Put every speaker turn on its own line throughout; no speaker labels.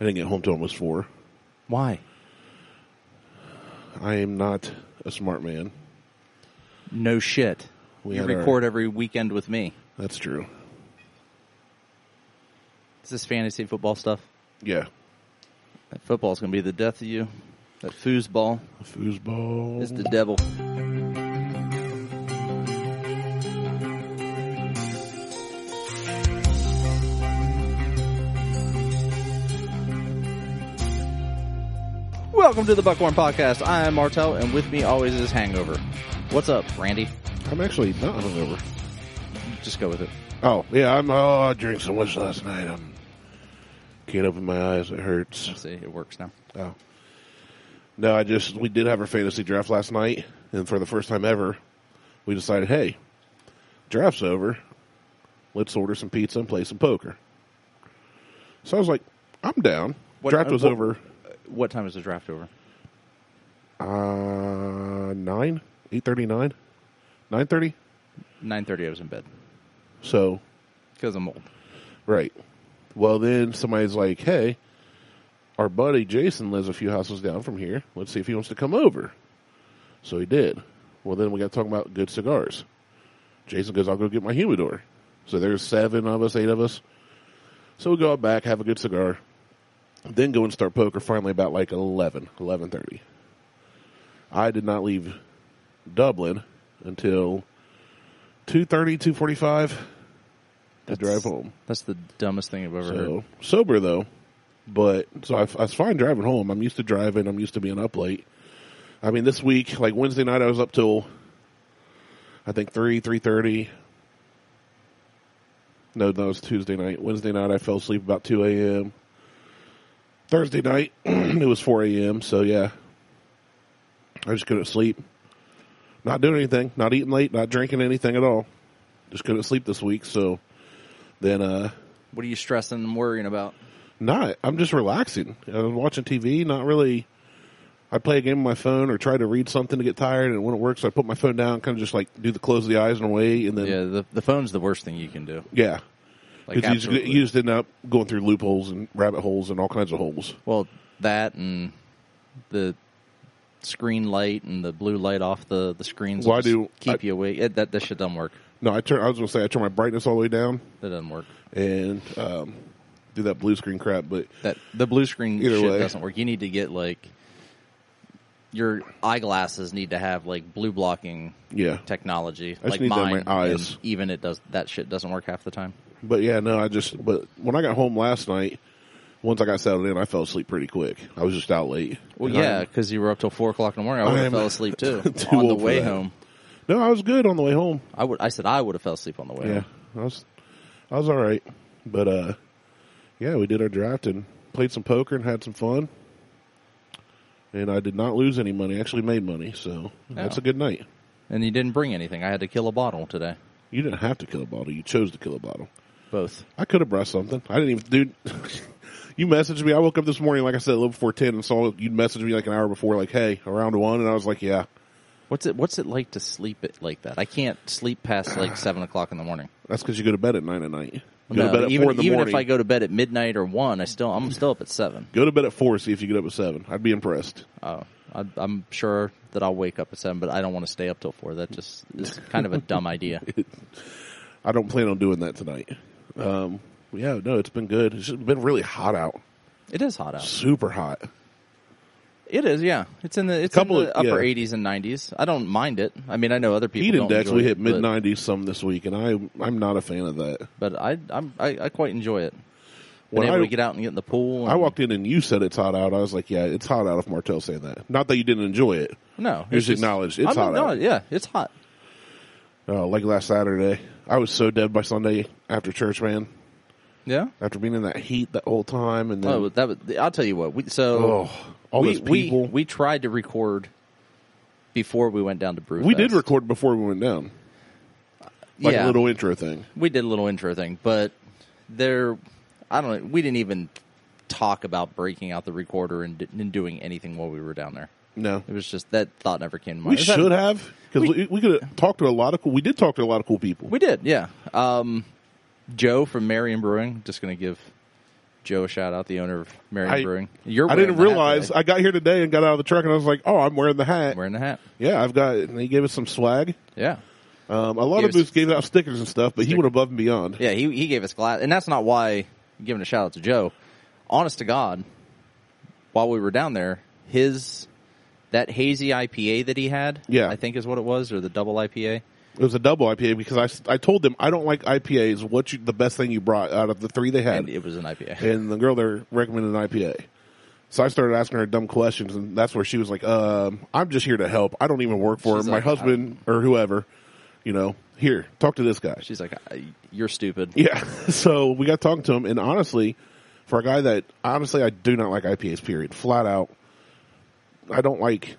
I didn't get home till almost four.
Why?
I am not a smart man.
No shit.
We
you
had our-
record every weekend with me.
That's true.
Is this fantasy football stuff?
Yeah.
That football's going to be the death of you. That foosball
Foosball.
is the devil. Welcome to the Buckhorn Podcast. I am Martel, and with me always is Hangover. What's up, Randy?
I'm actually not hungover.
Just go with it.
Oh, yeah, I'm, oh, I drank so much last night. I'm, can't open my eyes. It hurts.
See, it works now.
Oh. No, I just we did have our fantasy draft last night, and for the first time ever, we decided, hey, draft's over. Let's order some pizza and play some poker. So I was like, I'm down.
What-
draft
uh,
was
what-
over
What time is the draft over?
uh nine, eight thirty nine, nine thirty.
Nine thirty. I was in bed
So
because I'm old.
right. Well, then somebody's like, hey, our buddy Jason lives a few houses down from here. Let's see if he wants to come over. So he did. Well, then we got talking about good cigars. Jason goes, I'll go get my humidor. So there's seven of us, eight of us. So we go out back, have a good cigar, then go and start poker finally about like 11, 11.30. I did not leave Dublin until 2.30, 2.45 to drive home.
That's the dumbest thing I've ever heard.
So sober though, but so I, I was fine driving home. I'm used to driving. I'm used to being up late. I mean, this week, like Wednesday night, I was up till I think three, three thirty. No, no, it was Tuesday night. Wednesday night, I fell asleep about two a.m. Thursday night, it was four a.m. So yeah, I just couldn't sleep. Not doing anything, not eating late, not drinking anything at all. Just couldn't sleep this week. So then, uh,
What are you stressing and worrying about?
not. I'm just relaxing. I was watching TV, not really. I play a game on my phone or try to read something to get tired, and when it works, I put my phone down, kind of just like do the close the eyes and away, and then
Yeah, the the phone's the worst thing you can do.
yeah,
Like
because you,
absolutely.
just- you just end up going through loopholes and rabbit holes and all kinds of holes.
well that and the screen light and the blue light off the the screens.
Well,
will
I
just
do-
keep
I-
you awake. It, that that shit doesn't work.
No, I turn. I was gonna say I turn my brightness all the way down
That doesn't work.
and um, do that blue screen crap, but
That the blue screen
Either
shit
way.
doesn't work. You need to get like your eyeglasses need to have like blue blocking
yeah,
technology.
just
like
need that in
mine,
my eyes.
and even it does that shit doesn't work half the time.
But yeah, no, I just but when I got home last night, once I got settled in, I fell asleep pretty quick. I was just out late.
Well,
And I-
yeah, because you were up till four o'clock in the morning. I would
am
have fell asleep too
too
on the
old for
way
that.
home.
no, I was good on the way home.
I would. I said I would have fell asleep on the way.
Yeah,
home.
I was, I was all right, but uh, yeah, we did our draft and played some poker and had some fun. And I did not lose any money. I actually made money, so that's
Oh.
a good night.
And you didn't bring anything. I had to kill a bottle today.
You didn't have to kill a bottle. You chose to kill a bottle.
Both.
I could have brought something. I didn't even, dude. you messaged me. I woke up this morning, like I said, a little before ten, and saw you'd messaged me like an hour before, like, "Hey, around one," and I was like, "Yeah."
What's it? What's it like to sleep it like that? I can't sleep past like seven o'clock in the morning.
That's because you go to bed at nine at night. You go
No,
to bed at
even
four in the
even
morning.
if I go to bed at midnight or one, I still I'm still up at seven.
go to bed at four, see if you get up at seven. I'd be impressed.
Oh, I, I'm sure that I'll wake up at seven, but I don't want to stay up till four. That just is kind of a dumb idea.
I don't plan on doing that tonight. Um, yeah, no, it's been good. It's just been really hot out,
It is hot out.
super hot.
It is, yeah. It's in the it's
Couple
in the
of-
upper
yeah.
80s and 90s. I don't mind it. I mean, I know other people
Heat
don't
index
enjoy
we
it,
hit
but-
mid nineties some this week, and I I'm not a fan of that.
but, I I'm, I I quite enjoy it. Been
When
able
I-
to get out and get in the pool. And,
I walked in and you said it's hot out. I was like, yeah, it's hot out. If Martell saying that, not that you didn't enjoy it.
No,
Just acknowledge it's
I'm-
hot
No,
out.
yeah, it's hot.
Uh, like last Saturday, I was so dead by Sunday after church, man.
Yeah.
After being in that heat that whole time, and then
Oh, that was, I'll tell you what. We, so
oh, all
we,
those people.
we
We,
we tried to record before we went down to brew.
did record before we went down, like a little intro thing.
We did a little intro thing, but there, I don't know. We didn't even talk about breaking out the recorder and, d- and doing anything while we were down there.
No,
It was just that thought never came to mind.
We
Is that-
should have because we, we could have talked to a lot of cool. We did talk to a lot of cool people.
We did, yeah. Um, Joe from Marion Brewing, just going to give Joe a shout out, the owner of Marion
I-
Brewing. You're
I didn't
wearing the hat
realize.
today.
I got here today and got out of the truck, and I was like, "Oh, I'm wearing the hat."
wearing the hat.
Yeah, I've got. it. And he gave us some swag.
Yeah.
Um, a lot
Gave
of
us-
booths gave out stickers and stuff, but he
Stick-
went above and beyond.
Yeah, he, he gave us glass. And that's not why, giving a shout out to Joe, honest to God, while we were down there, his, that hazy IPA that he had,
Yeah.
I think is what it was, or the double IPA.
It was a double IPA because I, s- I told them I don't like IPAs. What you, the best thing you brought out of the three they had?
And it was an IPA.
and the girl there recommended an IPA. So I started asking her dumb questions, and that's where she was like, um, "I'm just here to help. I don't even work for
She's
him.
like,
my husband or whoever, you know, here talk to this guy."
She's like, "I- you're stupid.
yeah. So we got talking to him, and honestly, for a guy that honestly I do not like IPAs, period, flat out. I don't like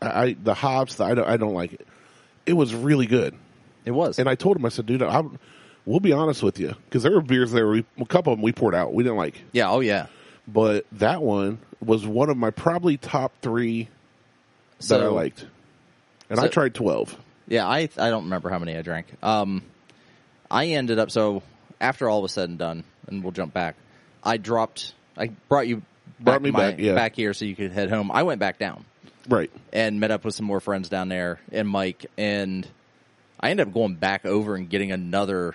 I, I the hops. The, I don't. I don't like it. It was really good.
It was.
And I told him, I said, dude, I'm, we'll be honest with you. Cause there were beers there. We, a couple of them we poured out. We didn't like,
yeah, oh yeah.
but that one was one of my probably top three that
So,
I liked. And I
so-
tried 12.
Yeah, I I don't remember how many I drank. Um, I ended up so after all was said and done, and we'll jump back. I dropped. I brought you
Brought
to
me
my-
back, yeah.
back here so you could head home. I went back down
Right.
and met up with some more friends down there and Mike and I ended up going back over and getting another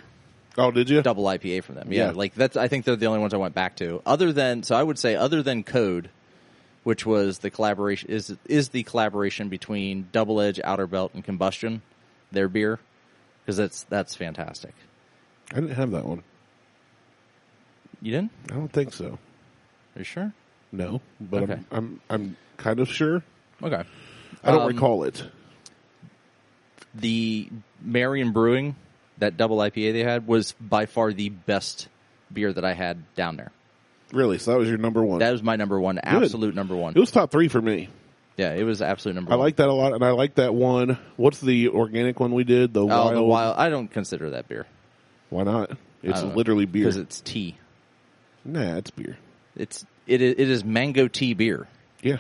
Oh, did you?
double IPA from them. Yeah,
Yeah.
like that's. I think they're the only ones I went back to. Other than so, I would say other than Code, which was the collaboration is is the collaboration between Double Edge, Outer Belt, and Combustion, their beer, because that's that's fantastic.
I didn't have that one.
You didn't?
I don't think so.
Are you sure?
No, but
Okay.
I'm, I'm, I'm kind of sure.
Okay.
I don't
Um,
recall it.
The Marion Brewing, that double IPA they had, was by far the best beer that I had down there.
Really? So that was your number one.
That was my number one, absolute number one.
it was top three for me.
yeah, it was absolute number
I
one.
like that a lot. And I like that one. What's the organic one we did? The,
oh,
wild,
the wild. I don't consider that beer
Why not? It's
don't know.
literally beer.
because it's tea.
nah, it's beer.
It's it is, it is mango tea beer.
Yeah.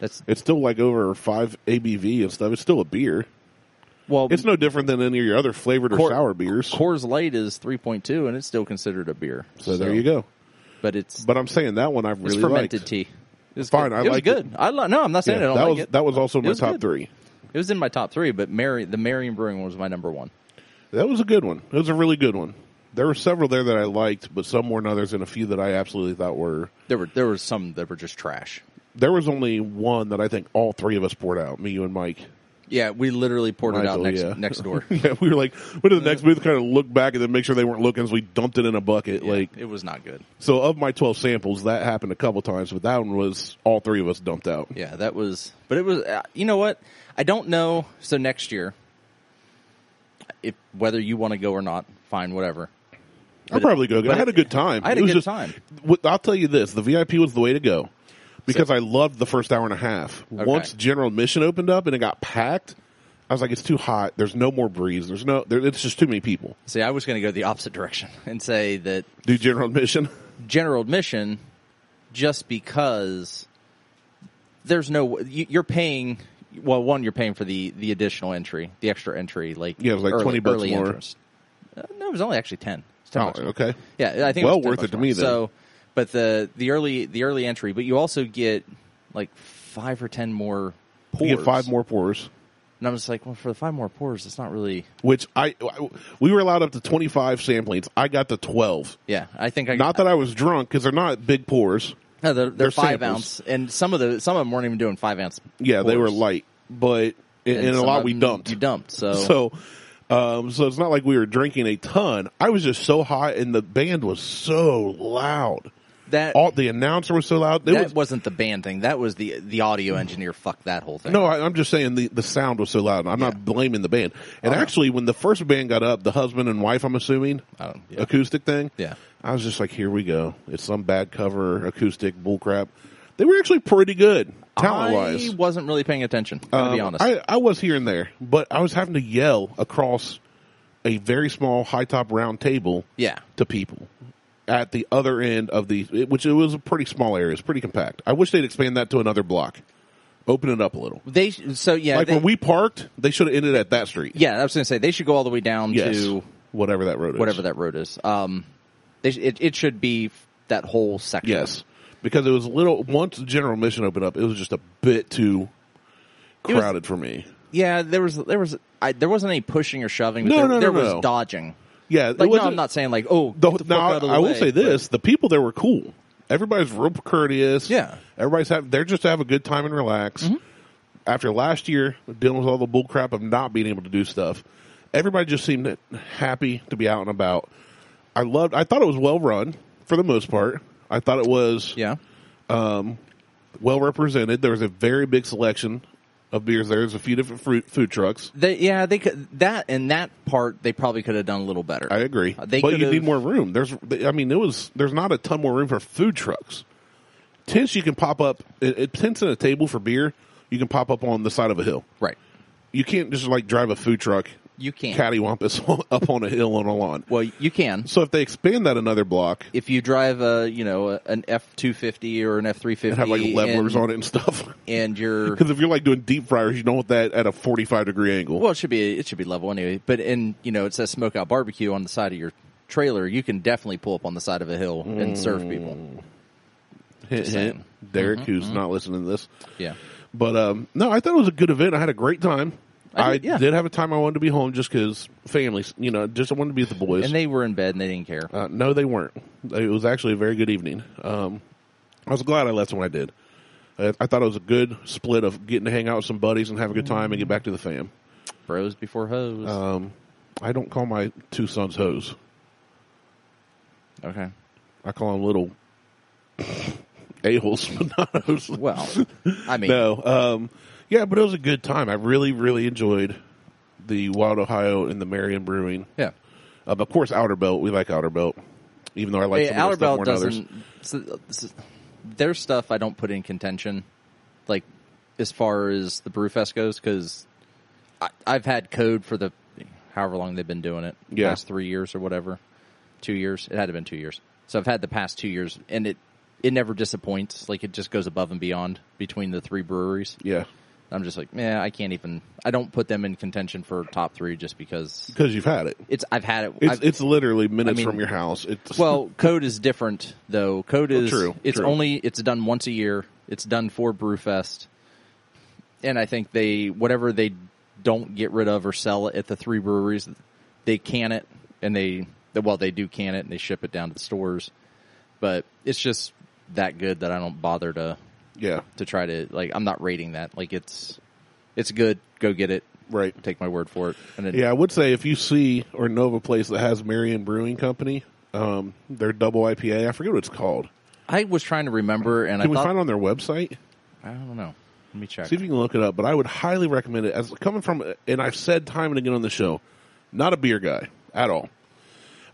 That's
It's still like over five ABV and stuff. It's still a beer.
well,
It's no different than any of your other flavored or
Cor-
sour beers.
Coors Light is three point two, and it's still considered a beer.
so, there you go.
But it's
But I'm saying that one I really
it's fermented
liked.
tea. It's
Fine, I
It was
liked it.
good. I li- no, I'm not saying
Yeah,
I don't
that
like
was
it.
that was also my
was
top
good.
three.
It was in my top three, but Mary the Marion Brewing one was my number one.
That was a good one. It was a really good one. There were several there that I liked, but some more than others, and a few that I absolutely thought were.
There were there were some that were just trash.
There was only one that I think all three of us poured out. Me, you, and Mike.
Yeah, we literally poured it out
Michael,
next
yeah.
next door.
Yeah, we were like, went to the next booth, kind of looked back, and then make sure they weren't looking. So we dumped it in a bucket. Like,
it was not good.
so of my twelve samples, that happened a couple times, but that one was all three of us dumped out.
Yeah, that was. But it was. Uh, you know what? I don't know. So next year, if whether you want to go or not, fine, whatever.
I'll probably go. again. I
but
had a
it-
good time.
I had
It
a
was
good
just-
time.
w- I'll tell you this: the VIP was the way to go because I loved the first hour and a half. Once general admission opened up and it got packed, I was like, "It's too hot. There's no more breeze. There's no. There, it's just too many people."
See, I was going to go the opposite direction and say that
Do general admission?
general admission, just because there's no you, you're paying. Well, one, you're paying for the the additional entry, the extra entry, like
Yeah, it was like 20 bucks more.
entrance. Uh, no, it was only actually ten. It's 10
Oh,
bucks more.
okay.
Yeah, I think
Well
it was 10
worth it
bucks
to
more.
me, then.
So, but the the early the early entry, but you also get like five or ten more pours.
You get five more pours,
and I'm just like, well, for the five more pours, it's not really.
which I, I- we were allowed up to twenty five samplings. I got to twelve.
Yeah, I think I
Not that I was drunk because they're not big pours.
no, they're, they're,
they're
five
samples.
ounce, and some of the some of them weren't even doing five ounce.
Yeah, they were
pours.
light, but and, and a
some
lot
of
we
them
dumped.
You dumped, so,
So, um, so it's not like we were drinking a ton. I was just so hot, and the band was so loud.
that
All the announcer was so loud. It
that
was,
was, not the band thing. That was the the audio engineer fucked that whole thing.
no, I, I'm just saying the the sound was so loud. and I'm not blaming the band. And
Uh-huh.
actually, when the first band got up, the husband and wife, I'm assuming,
I don't- Oh, yeah.
acoustic thing.
Yeah.
I was just like, here we go. It's some bad cover acoustic bullcrap. They were actually pretty good, talent wise.
I wasn't really paying attention. I'm gonna be
Um,
honest.
I, I was here and there, but I was having to yell across a very small high top round table
yeah,
to people at the other end of the, it- which it was a pretty small area. It's pretty compact. I wish they'd expand that to another block, open it up a little.
they so yeah
Like
they,
when we parked, they should have ended at that street.
Yeah, I was going to say they should go all the way down
Yes.
to
whatever that road is.
whatever that road is. Um, they, sh- it, it should be that whole section.
Yes, because it was a little. Once General Mission opened up, it was just a bit too
was-
crowded for me.
Yeah, there was there was I, there wasn't any pushing or shoving. But
No,
there,
no, no,
there was
no.
dodging.
Yeah,
Like no, I'm not saying like oh
The,
get the fuck
now,
out of the
I will
way,
say
but-
this: the people there were cool. Everybody's real courteous.
Yeah. Mm-hmm.
everybody's having. They're just to have a good time and relax. After last year, dealing with all the bull crap of not being able to do stuff, everybody just seemed happy to be out and about. I loved. I thought it was well run for the most part. I thought it was
Yeah,
um, well represented. There was a very big selection of beers there. There's a few different fruit, food trucks.
they yeah they could that and that part they probably could have done a little better.
I agree,
Uh, they
but you
could've-
need more room. There's, I mean, it was there's not a ton more room for food trucks. Tents you can pop up. It, it tents and a table for beer. You can pop up on the side of a hill.
right.
You can't just like drive a food truck
You can't.
cattywampus up on a hill on a lawn.
Well, you can
So if they expand that another block
if you drive a you know a- an F two fifty or an F three fifty
and have like levelers on it and stuff,
and you're
because if you're like doing deep fryers, you don't want that at a 45 degree angle.
well it should be it should be level anyway. But in you know it says smoke out barbecue on the side of your trailer. You can definitely pull up on the side of a hill and
Mm.
serve people.
hint, hint.
saying. Mm-hmm,
Derek, who's not listening to this,
Yeah.
But um, no, I thought it was a good event. I had a great time. I,
I did, yeah.
did have a time I wanted to be home just because families, you know, just I wanted to be with the boys.
And they were in bed and they didn't care.
uh, no, they weren't. It was actually a very good evening. Um, I was glad I left when I did. I, I thought it was a good split of getting to hang out with some buddies and have a good time and get back to the fam.
Bros before hoes.
Um, I don't call my two sons hoes.
okay.
I call them little a-holes, but not hoes.
Well, I mean,
No. Um, yeah, but it was a good time. I really, really enjoyed the Wild Ohio and the Marion Brewing.
yeah.
Um, of course, Outer Belt. We like Outer Belt, even though I like
Hey,
some
Outer
of their
Belt
stuff more than
doesn't. so- so- their stuff I don't put in contention, like as far as the Brewfest goes, because I've had code for the however long they've been doing it,
Yeah.
past three years or whatever, two years. It had to have been two years. So I've had the past two years, and it it never disappoints. Like it just goes above and beyond between the three breweries.
others. Yeah,
I'm just like, yeah, I can't even. I don't put them in contention for top three just because
because you've had it.
it's. I've had it.
It's
I've-
it's literally minutes
I mean-
from your house. It's
well, code is different though. Code is
Oh, true,
It's
true.
only it's done once a year. It's done for Brewfest, and I think they whatever they don't get rid of or sell it at the three breweries, they can it and they well they do can it and they ship it down to the stores, but it's just that good that I don't bother to
yeah,
to try to like I'm not rating that like it's it's good. Go get it.
right.
Take my word for it. And then,
Yeah, I would say if you see or know of a place that has Marion Brewing Company, um, their double IPA. I forget what it's called.
I was trying to remember, and
Can
I
we
thought
find it on their website?
I don't know. Let me check.
See if you can look it up. But I would highly recommend it. As coming from, and I've said time and again on the show, not a beer guy at all.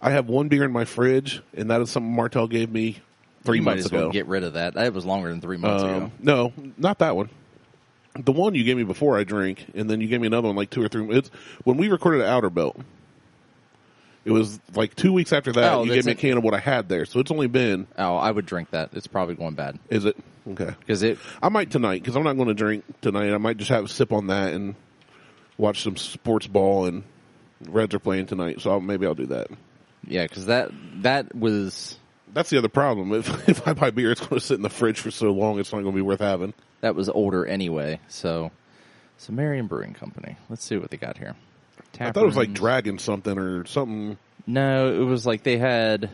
I have one beer in my fridge, and that is something Martel gave me three
you might
months
as
ago.
well get rid of that. That was longer than three months ago.
Um, no, not that one. The one you gave me before I drank, and then you gave me another one like two or three. It's when we recorded Outer Belt. It was like two weeks after that.
Oh,
you
that's
gave me a
it.
can of what I had there, so it's only been.
Oh, I would drink that. It's probably going bad
Is it okay?
because it.
I might tonight because I'm not going to drink tonight. I might just have a sip on that and watch some sports ball. And Reds are playing tonight, so I'll, maybe I'll do that.
Yeah, because that that was
That's the other problem. If if I buy beer, it's going to sit in the fridge for so long, it's not going to be worth having.
that was older anyway. So, so Marion Brewing Company. Let's see what they got here.
I thought it was like
Taprooms.
dragon something or something.
No, it was like they had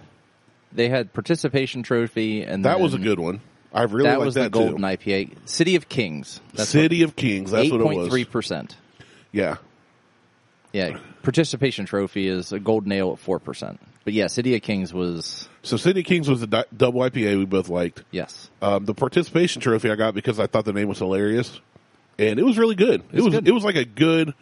they had participation trophy, and
That was a
then
good one. I really
Mm-hmm. That
liked
was the
that
golden
too.
IPA, City of Kings. That's
City of Kings. That's
eight
what it
point three
was.
percent.
Yeah,
Yeah, participation trophy is a gold nail at four percent. But yeah, City of Kings was
so City of Kings was the di- double IPA we both liked.
yes.
Um, the participation trophy I got because I thought the name was hilarious, and it was really good. It was
good.
it was like a good,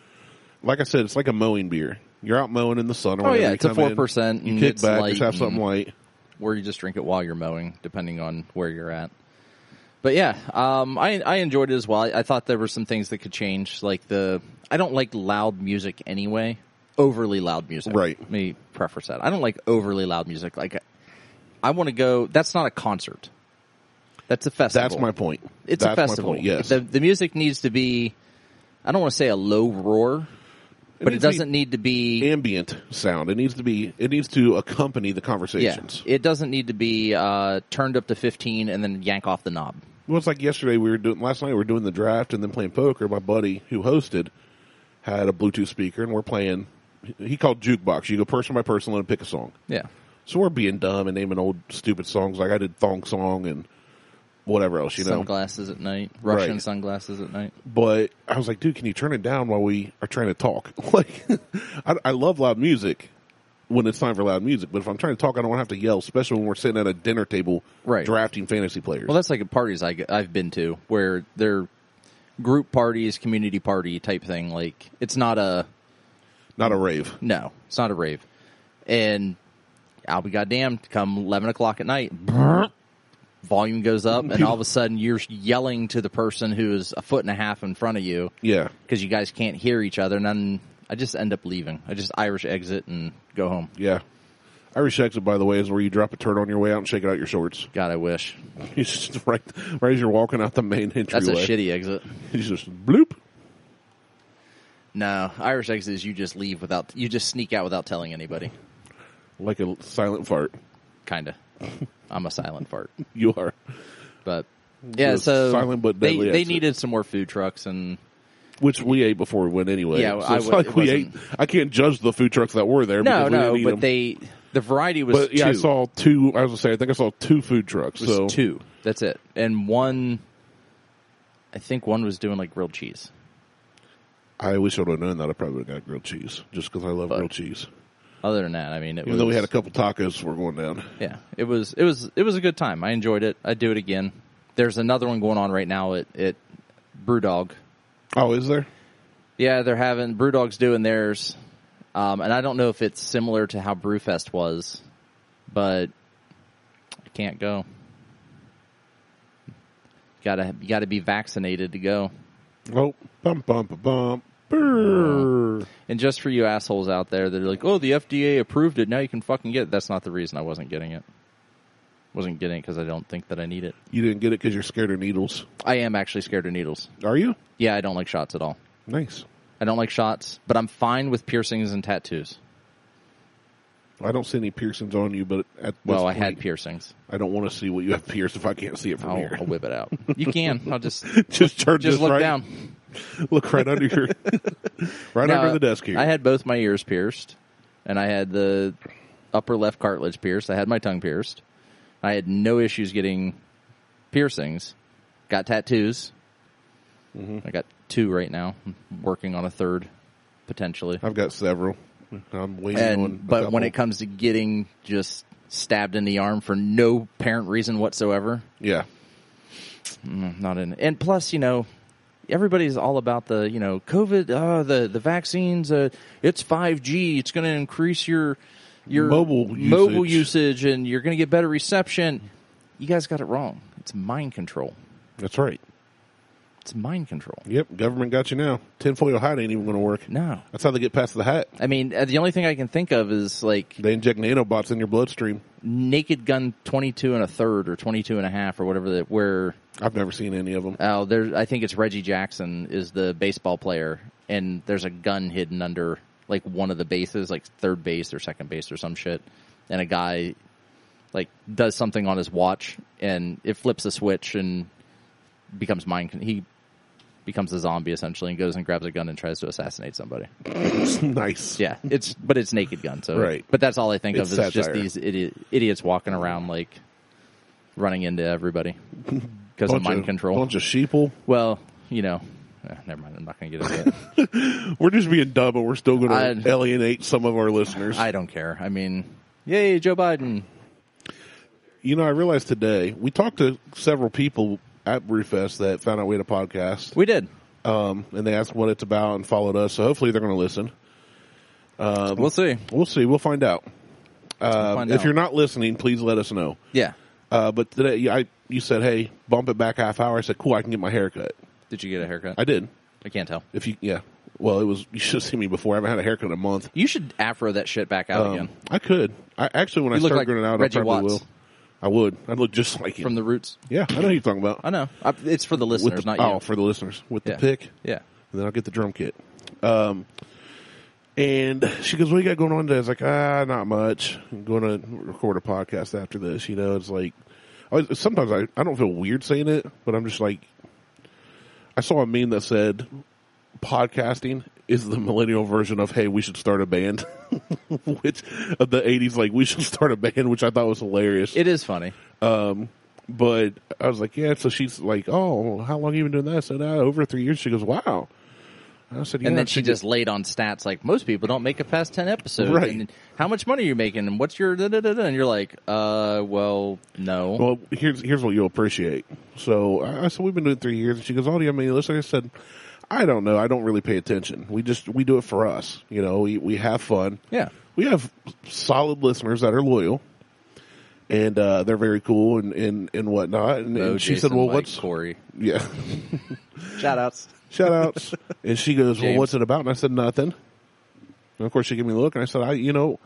like I said, it's like a mowing beer. You're out mowing in the sun. Or
Oh,
whatever.
yeah,
You
it's a
come in,
4%
You
and
kick
it's
back,
light
just have something
and-
light.
or you just drink it while you're mowing, depending on where you're at. But yeah, um, I I enjoyed it as well. I, I thought there were some things that could change, like the I don't like loud music anyway, overly loud music.
Right.
Let me preface that. I don't like overly loud music. Like I want to go. That's not a concert. That's a festival.
That's my point.
It's
That's
a festival.
My point. Yes,
The the music needs to be. I don't want to say a low roar, but it
needs to be
doesn't need to be
ambient sound. It needs to be. It needs to accompany the conversations.
Yeah, it doesn't need to be uh, turned up to 15 and then yank off the knob.
Well, it's like yesterday we were doing. Last night we were doing the draft and then playing poker. My buddy who hosted had a Bluetooth speaker, and we're playing. He called jukebox. You go person by person, let him pick a song.
Yeah.
So we're being dumb and naming old stupid songs like I did thong song and whatever else, you know.
sunglasses at night, Russian
Right.
sunglasses at night.
But I was like, dude, can you turn it down while we are trying to talk? Like, I, I love loud music when it's time for loud music, but if I'm trying to talk, I don't want to have to yell, especially when we're sitting at a dinner table
Right.
drafting fantasy players.
Well, that's like at parties I, have been to where they're group parties, community party type thing. Like it's not a
Not a rave.
no, it's not a rave. And I'll be goddamned. Come eleven o'clock at night, volume goes up, and all of a sudden you're yelling to the person who is a foot and a half in front of you
Yeah.
because you guys can't hear each other. And then I just end up leaving. I just Irish exit and go home.
Yeah. Irish exit, by the way, is where you drop a turd on your way out and shake it out your shorts.
God, I wish
You just right, right as you're walking out the main entryway.
that's a shitty exit.
You just bloop.
No, Irish exit is you just leave without you just sneak out without telling anybody.
Like a silent fart.
Kinda. I'm a silent fart,
You are.
but yeah.
Just
So
silent but
they
deadly
they
exit.
needed some more food trucks and
Which we ate before we went anyway.
Yeah,
so
I
it's
w-
not
it
like we ate.
wasn't-
I can't judge the food trucks that were there.
no
because we
no,
didn't eat
but
them.
they the variety was
But yeah,
two.
I saw two. I was gonna say, I think I saw two food trucks.
It was
So
two. That's it, and one. I think one was doing like grilled cheese.
I wish I would have known that. I probably would have got grilled cheese just because I love grilled cheese.
Other than that, I mean, it
Even
was,
though we had a couple tacos, we're going down.
yeah, it was it was it was a good time. I enjoyed it. I'd do it again. There's another one going on right now at at BrewDog.
Oh, is there?
Yeah, they're having BrewDog's doing theirs, um, and I don't know if it's similar to how Brewfest was, but I can't go. Gotta you gotta be vaccinated to go.
Oh, bum bum ba, bum bum.
And just for you assholes out there that are like, "Oh, the FDA approved it. Now you can fucking get it." That's not the reason I wasn't getting it. Wasn't getting it because I don't think that I need it.
You didn't get it because you're scared of needles.
I am actually scared of needles.
Are you?
Yeah, I don't like shots at all.
Nice.
I don't like shots, but I'm fine with piercings and tattoos.
I don't see any piercings on you, but at this
Well, I
point,
had piercings.
I don't want to see what you have pierced if I can't see it from
I'll,
here.
I'll whip it out. You can. I'll just
just turn
oh. just
this
look
right,
down.
Look right under your, right
Now,
under the desk here.
I had both my ears pierced, and I had the upper left cartilage pierced. I had my tongue pierced. I had no issues getting piercings. Got tattoos.
Mm-hmm.
I got two right now. I'm working on a third, potentially.
I've got several. I'm waiting on. a
And but when
couple.
it comes to getting just stabbed in the arm for no apparent reason whatsoever,
yeah,
not in. And plus, you know, everybody's all about the you know COVID, uh, the the vaccines. Uh, it's five G. It's going to increase your your
Mobile
mobile
usage.
usage, and you're going to get better reception. You guys got it wrong. It's mind control.
that's right.
It's mind control.
Yep, government got you now. Tinfoil hat ain't even going to work.
No,
That's how they get past the hat.
I mean uh, the only thing I can think of is like
They inject nanobots in your bloodstream.
Naked Gun twenty two and a third, or twenty two and a half, or whatever that where
I've never seen any of them.
Oh, there. I think it's Reggie Jackson is the baseball player, and there's a gun hidden under like one of the bases, like third base or second base or some shit. And a guy like does something on his watch, and it flips a switch and becomes mind. Con- he becomes a zombie essentially, and goes and grabs a gun and tries to assassinate somebody.
nice.
Yeah, it's but it's Naked Gun, so
Right.
But that's all I think
It's
of is just
satire.
these idi idiots walking around like running into everybody because of
Bunch
mind control.
Bunch of sheeple.
Well, you know, eh, never mind. I'm not going to get into it.
We're just being dumb, but we're still going
I'd-
to alienate some of our listeners.
I don't care. I mean, yay, Joe Biden.
you know, I realized today we talked to several people at Brewfest that found out we had a podcast.
We did.
um, and they asked what it's about and followed us. So hopefully they're going to listen.
we'll see.
Uh, We'll see. We'll find out. Uh,
find
if
out.
you're not listening, please let us know.
Yeah.
Uh, but today, yeah, I you said, "Hey, bump it back half hour." I said, "Cool, I can get my hair cut."
Did you get a haircut?
I did.
I can't tell.
If you, yeah. Well, it was. You should have seen me before. I haven't had a haircut in a month.
You should afro that shit back out
Um,
again
I could. I actually, when I
You look
start
like
growing it out,
Reggie
I probably
Watts.
will. I would. I'd look just like him.
from the roots.
yeah, I know who you're talking about.
I know. I, it's for the
With
listeners,
the,
not you.
oh, for the listeners with
Yeah.
the pick.
Yeah.
and then I'll get the drum kit. Um, And she goes, "What you got going on today?" I was like, "Ah, not much. I'm going to record a podcast after this." You know, it's like I was- sometimes I I don't feel weird saying it, but I'm just like, I saw a meme that said, "Podcasting is the millennial version of hey, we should start a band," which of the '80s like we should start a band, which I thought was hilarious.
It is funny.
Um, But I was like, yeah. So she's like, oh, how long have you been doing that? I said, ah, over three years. She goes, wow. I said, yeah.
And then she just laid on stats like most people don't make it past ten episodes.
Right.
And how much money are you making? And what's your da da da da? And you're like, uh, well, no.
Well, here's here's what you'll appreciate. So I I said, we've been doing three years. And she goes, oh, do you have any listeners? I said, I don't know. I don't really pay attention. We just we do it for us. You know, we we have fun.
yeah.
we have solid listeners that are loyal and uh, they're very cool and, and, and whatnot. And,
Oh,
and she
Jason
said, well,
liked
what's,
Corey?
yeah,
Shout outs.
shout outs. and she goes, well,
James.
what's it about? And I said, nothing. And of course she gave me a look and I said, I, you know,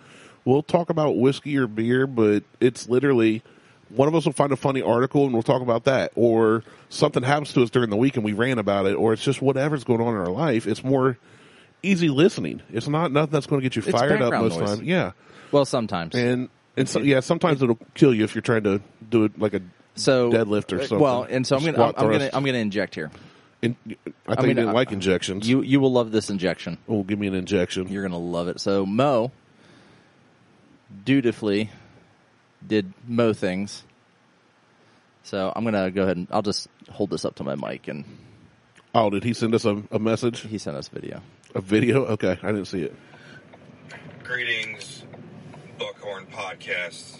we'll talk about whiskey or beer, but it's literally one of us will find a funny article and we'll talk about that or something happens to us during the week and we rant about it or it's just whatever's going on in our life. It's more easy listening. It's not nothing that's going to get you
It's
fired up
background
most
noise.
times. Yeah.
Well, sometimes.
And and so, yeah, sometimes it'll kill you if you're trying to do it like a
so uh,
deadlift or something.
Well, and so I'm gonna I'm,
Squat
I'm gonna
thrust.
I'm gonna inject here.
And I think
mean,
you didn't
I-
like injections.
You you will love this injection.
oh, give me an injection.
You're gonna love it. So Mo dutifully did Mo things. So I'm gonna go ahead and I'll just hold this up to my mic and
oh, did he send us a, a message,
he sent us a video.
a video? Okay, I didn't see it.
Greetings, Buckhorn Podcast.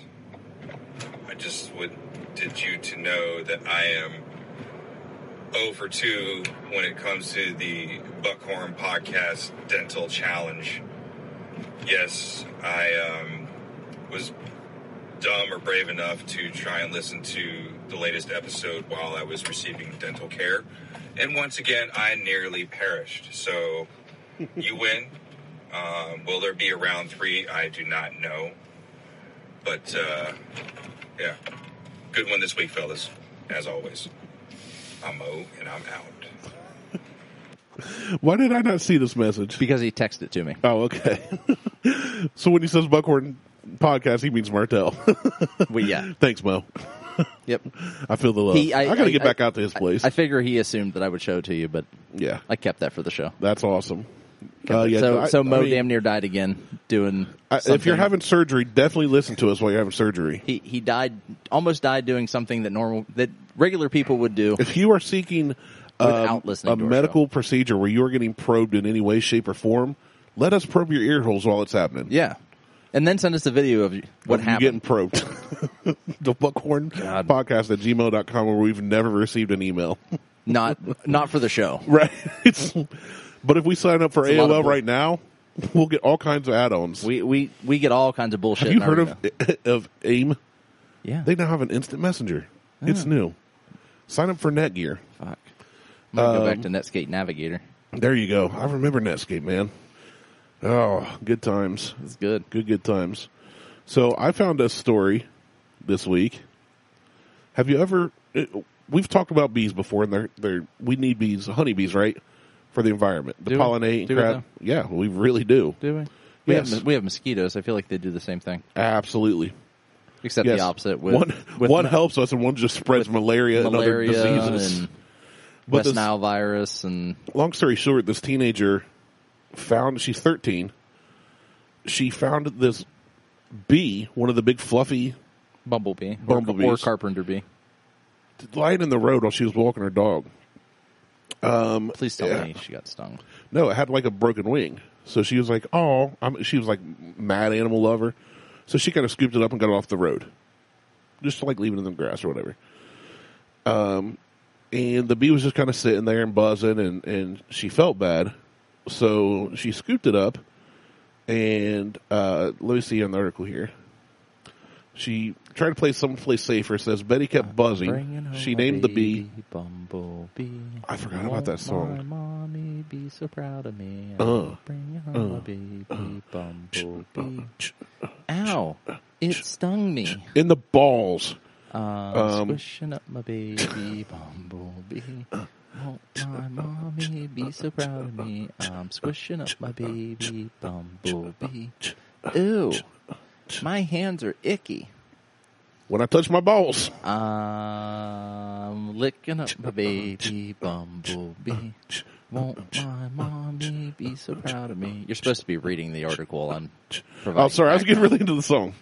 I just would did you to know that I am over two when it comes to the Buckhorn Podcast Dental Challenge. Yes, I um, was dumb or brave enough to try and listen to the latest episode while I was receiving dental care, and once again I nearly perished. So you win. Um, will there be a round three? I do not know. But uh, yeah, good one this week, fellas. As always, I'm Mo and I'm out.
Why did I not see this message?
Because he texted it to me.
oh, okay. so when he says Buckhorn podcast, he means Martell.
Well, yeah.
Thanks, Mo.
Yep.
I feel the love.
He-
I,
I-
got to
I-
get
I-
back out to his place.
I figure he assumed that I would show it to you, but
yeah,
I kept that for the show.
that's awesome. Uh, yeah,
so
I-
so Mo
I mean,
damn near died again doing.
I- if
something-
you're having surgery, definitely listen to us while you're having surgery.
he he died almost died doing something that normal that regular people would do.
if you are seeking um,
Without listening
a
to our
medical procedure where you are getting probed in any way, shape, or form, let us probe your ear holes while it's happening.
Yeah, and then send us a video of what
Of
happened.
You getting probed. the Buckhorn
God.
Podcast at gmail.com where we've never received an email.
not not for the show.
Right. It's, but if we sign up for
It's a lot of
AOL
bull-
right now, we'll get all kinds of add ons.
We we we get all kinds of bullshit.
Have you
in our
heard of,
email.
of AIM?
Yeah.
They now have an instant messenger. It's new. Sign up for Netgear.
Fuck. I'm gonna go
Um,
back to Netscape Navigator.
There you go. I remember Netscape, man. Oh, good times.
It's good.
Good, good times. So I found a story this week. Have you ever? It, we've talked about bees before, and they're they're we need bees, honeybees, right, for the environment, the
Do we?
pollinate and
Do we
crap. Yeah, we really do.
Do we? We
Yes.
have we have mosquitoes. I feel like they do the same thing,
Absolutely.
except
Yes.
the opposite. With,
one
with
one
ma-
helps us, and one just spreads malaria,
malaria
and other diseases.
and
But
West
this-
Nile virus and
long story short, this teenager found she's thirteen. She found this bee, one of the big fluffy
bumblebee, or-
Bumblebees.
or, carpenter bee.
lying in the road while she was walking her dog.
Please tell
Yeah.
me she got stung.
No, it had like a broken wing. So she was like, "Oh," I'm, she was like mad animal lover. So she kind of scooped it up and got it off the road, just like leaving it in the grass or whatever. Um, and the bee was just kind of sitting there and buzzing, and and she felt bad, so she scooped it up, and uh, let me see on the article here. She tried to play someplace safer. Says Betty kept
Bringing
buzzing.
home
She
a
named the bee
baby Bumblebee.
I forgot about that song.
My mommy be so proud of me.
Uh, uh,
I'm bringing home a baby Bumblebee. Ow! It stung me.
in the balls.
I'm
Um, uh,
squishing up my baby Bumblebee. Won't my mommy be so proud of me?
uh,
I'm squishing up my baby bumblebee.
uh,
Ew, my hands are icky.
When I touch my balls,
I'm licking up my baby bumblebee. Won't my mommy be so proud of me? You're supposed to be reading the article I'm providing.
oh sorry, I was getting
background.
really into the song.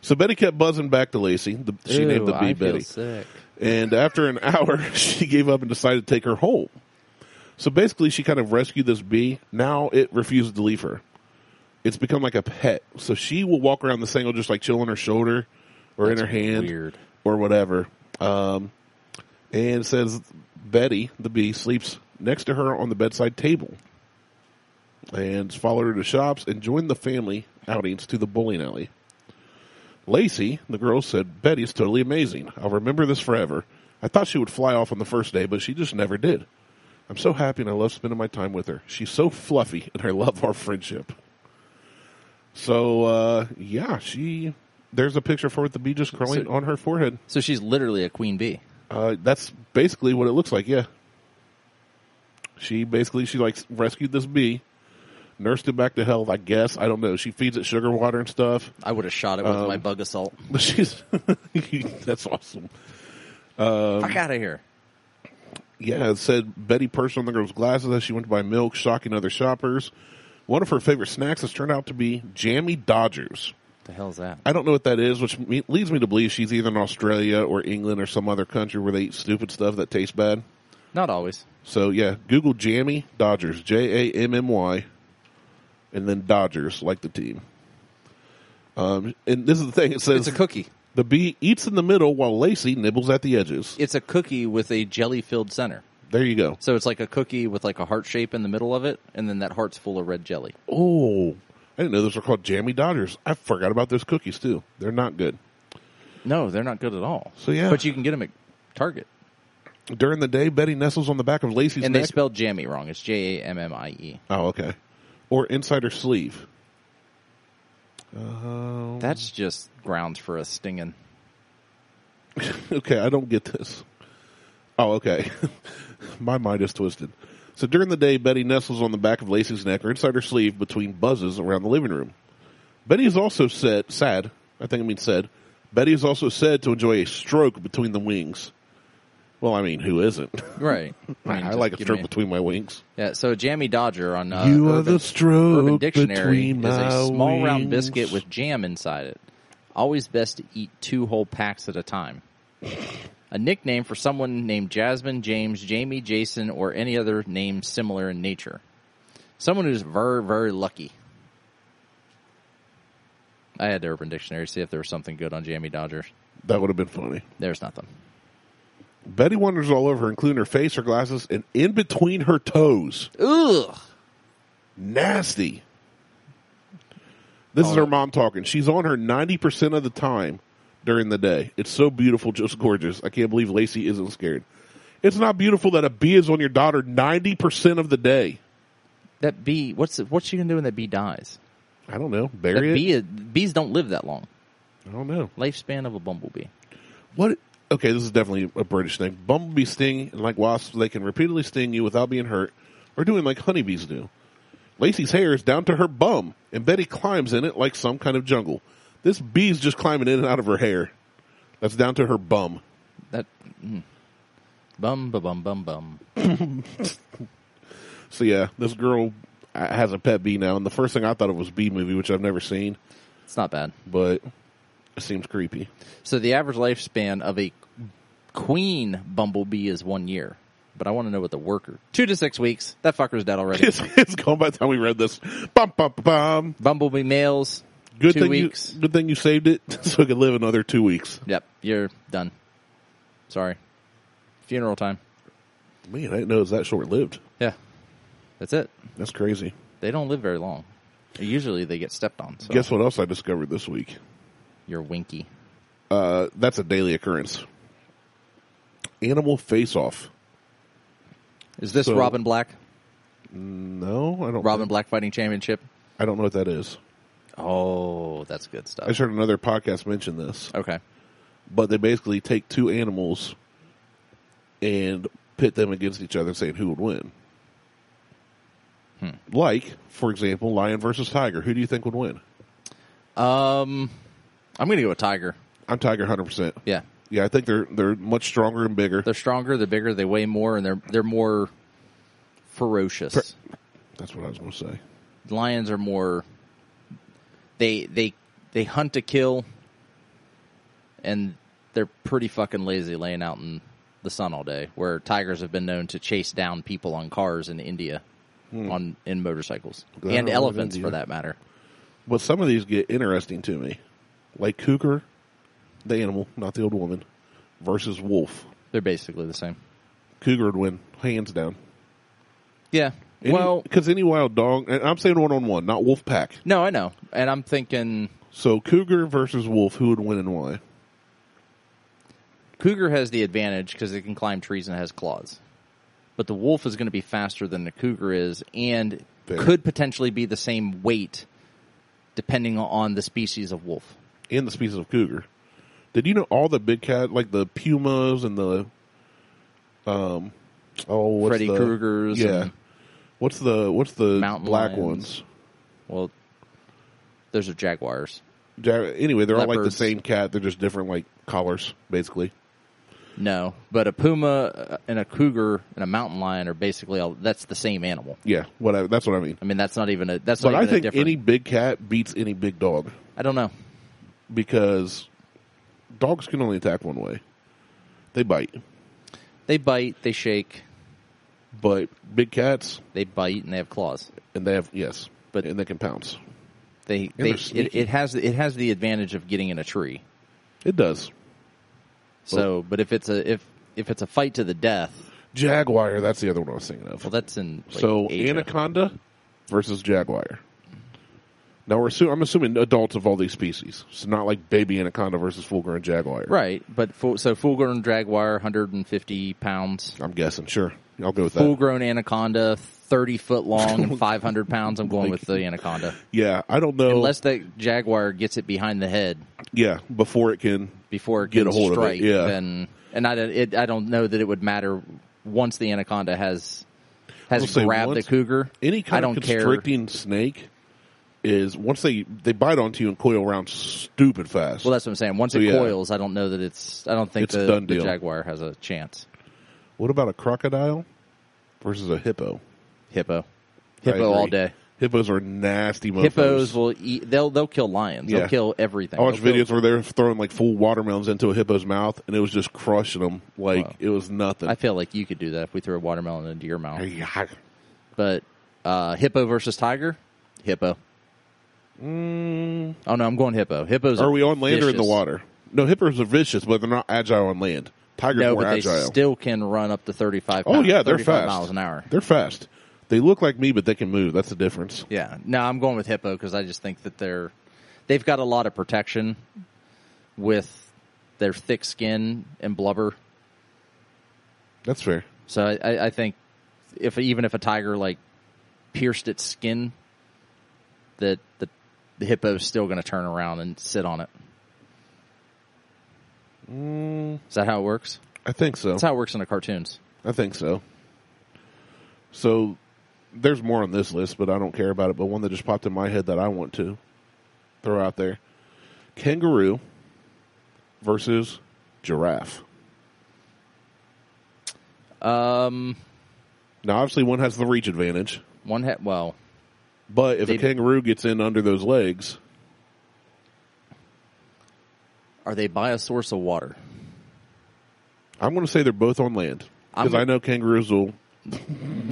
So Betty kept buzzing back to Lacey. The, she
Ew,
named the bee
I feel
Betty.
sick.
And after an hour, she gave up and decided to take her home. So basically, she kind of rescued this bee. Now it refuses to leave her. It's become like a pet. So she will walk around the single just like chill on her shoulder or in her hand
weird.
or whatever. Um, and it says Betty, the bee, sleeps next to her on the bedside table and followed her to shops and joined the family outings to the bowling alley. Lacey, the girl, said, Betty is totally amazing. I'll remember this forever. I thought she would fly off on the first day, but she just never did. I'm so happy and I love spending my time with her. She's so fluffy and I love our friendship. So, uh, yeah, she, there's a picture of her with the bee just crawling
So-
on her forehead.
So she's literally a queen bee.
Uh, that's basically what it looks like. Yeah. She basically she like rescued this bee, nursed it back to health. I guess I don't know. She feeds it sugar water and stuff.
I would have shot it with
Um,
my bug assault.
But she's that's awesome. um,
Fuck out of here.
Yeah, it said Betty perched on the girl's glasses as she went to buy milk, shocking other shoppers. One of her favorite snacks has turned out to be jammy Dodgers.
The hell's that?
I don't know what that is, which me- leads me to believe she's either in Australia or England or some other country where they eat stupid stuff that tastes bad.
Not always.
So yeah, Google Jammy Dodgers, J A M M Y, and then Dodgers, like the team. Um, and this is the thing. It says
It's a cookie.
the bee eats in the middle while Lacey nibbles at the edges.
It's a cookie with a jelly filled center.
There you go.
So it's like a cookie with like a heart shape in the middle of it, and then that heart's full of red jelly.
Oh, I didn't know those were called Jammy Dodgers. I forgot about those cookies too. They're not good.
No, they're not good at all.
So, yeah.
but you can get them at Target,
During the day, Betty nestles on the back of Lacey's
and they
neck.
spelled jammy wrong. It's J A M M I E.
oh, okay. Or inside her sleeve. Um,
That's just grounds for a stinging.
okay, I don't get this. Oh, okay. My mind is twisted. So during the day, Betty nestles on the back of Lacey's neck or inside her sleeve between buzzes around the living room. Betty is also said, sad, I think I mean said, Betty is also said to enjoy a stroke between the wings. Well, I mean, who isn't?
Right.
I,
mean,
I
just
like a
give
stroke
me-
between my wings.
Yeah. So a jammy dodger on uh,
you are
Urban,
the stroke
Urban Dictionary
between
is a
my
small
wings.
round biscuit with jam inside it. Always best to eat two whole packs at a time. A nickname for someone named Jasmine, James, Jamie, Jason, or any other name similar in nature. Someone who's very, very lucky. I had the Urban Dictionary to see if there was something good on Jamie Dodgers.
That would have been funny.
There's nothing.
Betty wanders all over, including her face, her glasses, and in between her toes.
Ugh.
nasty. This is her mom talking. She's on her 90% of the time during the day. It's so beautiful, just gorgeous. I can't believe Lacey isn't scared. It's not beautiful that a bee is on your daughter 90% of the day.
That bee. What's what's she gonna do when that bee dies?
I don't know.
That
Bury it?
bee. Bees don't live that long.
I don't know.
Lifespan of a bumblebee.
What? Okay, this is definitely a British thing. Bumblebee sting, and like wasps, they can repeatedly sting you without being hurt, or doing like honeybees do. Lacey's hair is down to her bum, and Betty climbs in it like some kind of jungle. This bee's just climbing in and out of her hair. That's down to her bum.
That mm. bum ba bum bum bum.
So yeah, this girl uh, has a pet bee now, and the first thing I thought of was bee movie, which I've never seen,
It's not bad.
but it seems creepy.
So the average lifespan of a queen bumblebee is one year. But I want to know what the worker. Two to six weeks. That fucker's dead already.
It's, it's gone by the time we read this. Bum bum bum. bum.
Bumblebee males.
Good
two
thing
weeks.
you good thing you saved it, so it could live another two weeks.
Yep, you're done. Sorry. Funeral time.
Man, I didn't know it was that short lived.
Yeah, that's it.
That's crazy.
They don't live very long. Usually they get stepped on. So
Guess what else I discovered this week?
you're winky.
Uh, that's a daily occurrence. Animal face off.
Is this
So-
Robin Black?
No, I don't.
Robin Black Fighting Championship.
I don't know what that is.
Oh, that's good
I just
stuff.
heard another podcast mention this,
Okay.
but they basically take two animals and pit them against each other, saying who would win.
Hmm.
Like, for example, lion versus tiger. Who do you think would win?
Um, I'm going to go with Tiger.
I'm tiger, hundred percent.
Yeah,
Yeah, I think they're they're much stronger and bigger.
they're stronger, they're bigger, they weigh more, and they're they're more ferocious.
That's what I was going to say.
Lions are more. They they they hunt to kill, and they're pretty fucking lazy laying out in the sun all day. Where tigers have been known to chase down people on cars in India, on in motorcycles
Hmm. Glad I
and
live in
elephants for
India.
that matter.
But some of these get interesting to me, like cougar, the animal, not the old woman, versus wolf.
They're basically the same.
Cougar would win hands down.
Yeah. well,
because any wild dog, and I'm saying one on one, not wolf pack.
no, I know, and I'm thinking
So cougar versus wolf, who would win and why?
Cougar has the advantage because it can climb trees and it has claws. But the wolf is going to be faster than the cougar is and
Fair.
could potentially be the same weight depending on the species of wolf.
And the species of cougar. Did you know all the big cat, like the pumas and the, um, oh, what's
Freddy
the-
Krueger's
Yeah.
and-
What's the what's the
Mountain
black
lions.
ones?
Well, those are jaguars.
Ja- Anyway, they're all like the
Leopards.
same cat. They're just different like collars, basically.
No, but a puma uh, and a cougar and a mountain lion are basically all that's the same animal.
Yeah, whatever. That's what I mean.
I mean, that's not even a that's
But
not
I
even a
think
different.
any big cat beats any big dog
I don't know.
because dogs can only attack one way. They bite,
They bite, they shake,
but big cats
they bite and they have claws.
and they have yes,
But-
and they can pounce.
They,
they're
they it,
sneaky.
it has it has the advantage of getting in a tree.
It does.
So, but if it's a if if it's a fight to the death,
Jaguar. That's the other one I was thinking of.
well, that's in like,
so
Asia.
anaconda versus jaguar. Now we're assuming, I'm assuming adults of all these species. It's not like baby anaconda versus full grown jaguar.
right? But full, so full grown jaguar, 150 pounds.
I'm guessing. Sure, I'll go with that.
Full grown anaconda, 30 foot long and 500 pounds. I'm going with the anaconda,
yeah, I don't know.
unless that jaguar gets it behind the head
yeah, before it can.
before it
Get
can
a hold of it,
strike.
yeah.
Then, and I don't- it, I don't know that it would matter once the anaconda has has
I'll say
grabbed
once-
the cougar.
Any
I
kind
don't
of constricting snake is once they they bite onto you and coil around stupid fast.
Well, that's what I'm saying. Once it
yeah.
coils, I don't know that it's. I don't think
It's a
the,
done
the
deal.
jaguar has a chance.
what about a crocodile versus a hippo?
Hippo.
I
Hippo all
agree.
day.
Hippos are nasty. Mofos.
Hippos will eat. They'll they'll kill lions.
Yeah.
They'll kill everything.
I watched
They'll kill-
videos where they're throwing like full watermelons into a hippo's mouth, and it was just crushing them like
Wow.
it was nothing.
I feel like you could do that if we threw a watermelon into your mouth.
Yeah.
But uh, hippo versus tiger, hippo. Oh no, I'm going hippo. Hippos
Mm. Are we on land or in the
vicious.
water? No, hippos are vicious, but they're not agile on land. Tigers
No,
more
but they
agile.
still can run up to 35.
oh yeah, they're
35
fast.
miles an hour.
They're fast. They look like me, but they can move. That's the difference.
Yeah. No, I'm going with hippo because I just think that they're they've got a lot of protection with their thick skin and blubber.
That's fair.
So I, I, I think if even if a tiger like pierced its skin, that the the hippo's still going to turn around and sit on it.
Mm.
Is that how it works?
I think so.
That's how it works in the cartoons.
I think so. So there's more on this list, but I don't care about it. But one that just popped in my head that I want to throw out there: kangaroo versus giraffe.
Um,
Now, obviously, one has the reach advantage,
one ha- well,
but if a
They-
kangaroo gets in under those legs,
are they by a source of water?
I'm going to say they're both on land
I'm
because I know kangaroos will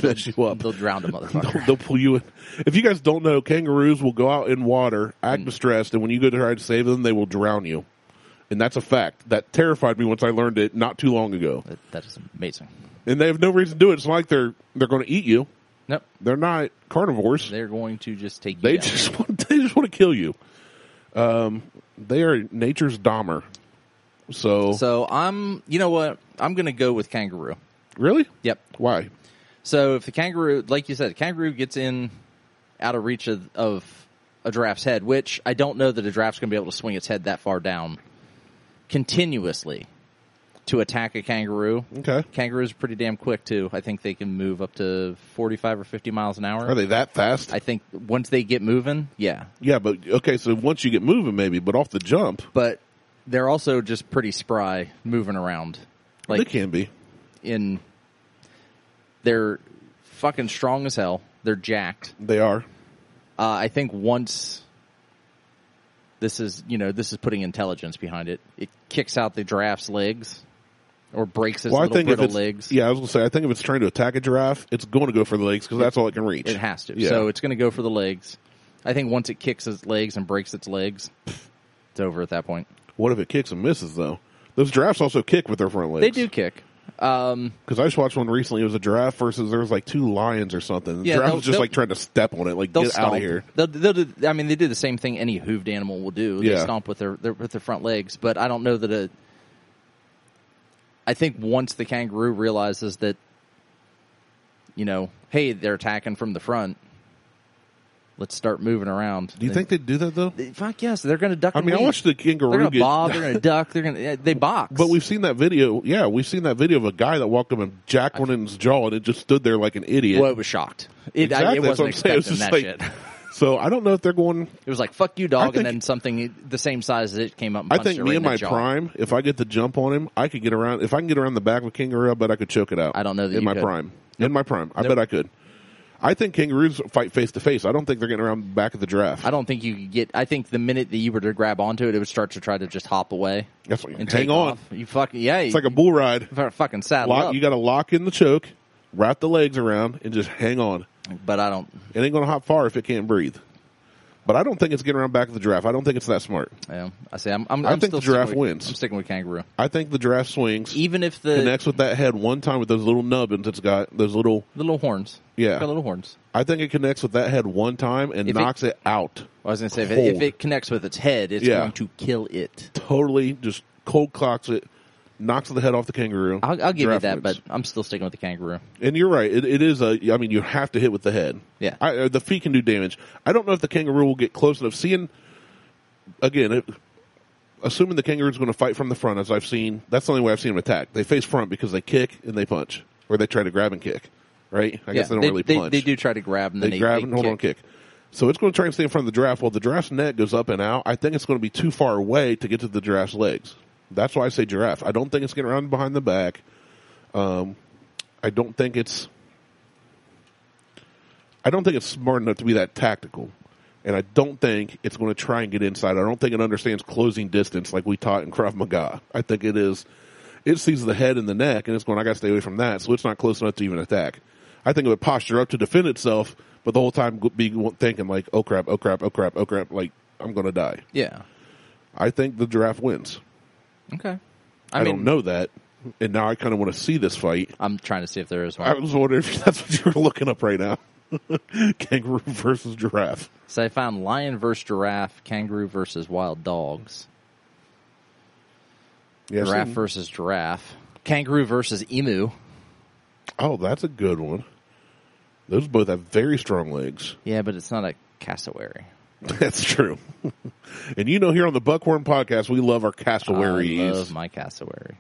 mess you up.
They'll drown a motherfucker.
They'll, they'll pull you in. If you guys don't know, kangaroos will go out in water, act
Hmm.
distressed, and when you go to try to save them, they will drown you. And that's a fact. That terrified me once I learned it not too long ago.
That- that is amazing.
And they have no reason to do it. It's not like they're they're going to eat you.
Nope,
They're not carnivores.
they're going to just take. You
They
down.
just want they just want to kill you. Um, they are nature's Dahmer. So,
So I'm. You know what? I'm going to go with kangaroo.
really,
Yep.
why?
So if the kangaroo, like you said, kangaroo gets in out of reach of, of a giraffe's head, which I don't know that a giraffe's going to be able to swing its head that far down continuously. to attack a kangaroo.
Okay.
Kangaroos are pretty damn quick too. I think they can move up to forty-five or fifty miles an hour.
Are they that fast?
I think once they get moving, yeah.
yeah, but okay. So once you get moving, maybe, but off the jump,
But they're also just pretty spry moving around.
they
Like
can be.
in, they're fucking strong as hell. They're jacked.
They are.
Uh, I think once this is, you know, this is putting intelligence behind it. It kicks out the giraffe's legs or breaks his
Well, I
little
think if
brittle
it's
legs.
yeah, I was gonna say I think if it's trying to attack a giraffe, it's going to go for the legs because that's all it can reach.
It has to.
Yeah.
So it's going to go for the legs. I think once it kicks its legs and breaks its legs, it's over at that point.
What if it kicks and misses though? Those giraffes also kick with their front legs.
They do kick. Um,
Because I just watched one recently. It was a giraffe versus there was like two lions or something. The
Yeah,
giraffe
they'll-
was just
they'll-
like trying to step on it, like
they'll
get
stomp.
out of here.
They'll, they'll do, I mean, they do the same thing any hooved animal will do. They
Yeah.
stomp with their, their with their front legs, but I don't know that it. I think once the kangaroo realizes that, you know, hey, they're attacking from the front. Let's start moving around.
Do you think they'd do that though?
They, fuck yes, they're going to duck.
I
and
mean, I
weave.
watched the
They're
kangaroo
going to
get.
bob. They're going to duck. They're going to they box.
But we've seen that video. Yeah, we've seen that video of a guy that walked up and jacked one in his jaw, and it just stood there like an idiot.
well, it was shocked. It, I,
Exactly,
it
that's what
wasn't
I'm saying. It
expecting
was
that
just
shit.
like- So I don't know if they're going.
It was like fuck you, dog,
think-
and then something the same size as it came up. And
I
punched
think
it
me
right
and
the
my
jaw.
prime, if I get the jump on him, I could get around. If I can get around the back of a kangaroo, I bet I could choke it out.
I don't know that
in
you
my
could.
prime. In my prime, I bet I could. I think kangaroos fight face to face. I don't think they're getting around the back of the giraffe.
I don't think you could get. I think the minute that you were to grab onto it, it would start to try to just hop away
That's what-
and
hang
take
on.
off. You fucking yeah.
It's like a bull ride.
a fucking saddle
Lock,
up.
you got to lock in the choke, wrap the legs around, and just hang on.
but I don't.
It ain't going to hop far if it can't breathe. But I don't think it's getting around back of the giraffe. I don't think it's that smart.
Yeah, I say I'm. I'm
I
I'm
think
still
the giraffe
sticking with-
wins.
I'm sticking with kangaroo.
I think the giraffe swings,
Even if the
connects with that head one time with those little nubbins it's got. Those little,
the little horns.
Yeah.
It's got little horns.
I think it connects with that head one time and
If it-
knocks it, out.
I was gonna say if it,
Cold.
if it connects with its head, it's
Yeah.
going to kill it.
Totally just cold clocks it, knocks the head off the kangaroo.
I'll, I'll give you
Giraffe
that,
wins.
but I'm still sticking with the kangaroo.
And you're right. It, it is a. I mean, you have to hit with the head.
Yeah.
I, uh, the feet can do damage. I don't know if the kangaroo will get close enough. Seeing again, it, assuming the kangaroo is going to fight from the front, as I've seen, that's the only way I've seen them attack. They face front because they kick and they punch, or they try to grab and kick. Right? I guess they
Yeah,
don't really
they,
punch.
They do try to grab and
They
then they
grab
they
and hold on kick. So it's going to try and stay in front of the giraffe. While the giraffe's neck goes up and out, I think it's going to be too far away to get to the giraffe's legs. That's why I say giraffe. I don't think it's getting around behind the back. Um, I don't think it's. I don't think it's smart enough to be that tactical, and I don't think it's going to try and get inside. I don't think it understands closing distance like we taught in Krav Maga. I think it is. It sees the head and the neck, and it's going. I got to stay away from that, so it's not close enough to even attack. I think it would posture up to defend itself, but the whole time go- be thinking like, "Oh crap! Oh crap! Oh crap! Oh crap!" Like I'm going to die.
Yeah.
I think the giraffe wins.
Okay.
I,
I, mean,
don't know that, and now I kind of want to see this fight.
I'm trying to see if there is one.
I was wondering if that's what you were looking up right now: kangaroo versus giraffe.
So I found lion versus giraffe, kangaroo versus wild dogs,
Yeah, I've
giraffe
seen-
versus giraffe, kangaroo versus emu.
Oh, that's a good one. Those both have very strong legs.
Yeah, but it's not a cassowary.
That's true. and you know, here on the Buckhorn Podcast, we love our
I
cassowaries.
love my cassowary.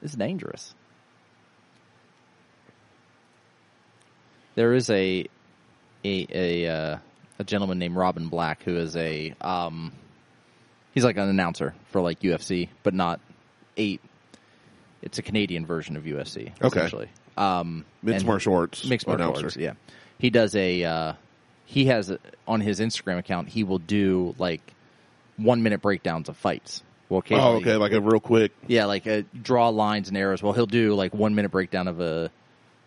It's dangerous. There is a a a, uh, a gentleman named Robin Black who is a um, he's like an announcer for like UFC, but not eight. It's a Canadian version of UFC.
Okay.
Essentially. Um,
Mixed
and-
martial arts.
mixed martial
announcer.
arts. Yeah, he does a. Uh, he has a, on his Instagram account. He will do like one minute breakdowns of fights. Well,
Oh,
occasionally-
okay. Like a real quick.
Yeah, like uh, draw lines and arrows. Well, he'll do like one minute breakdown of uh,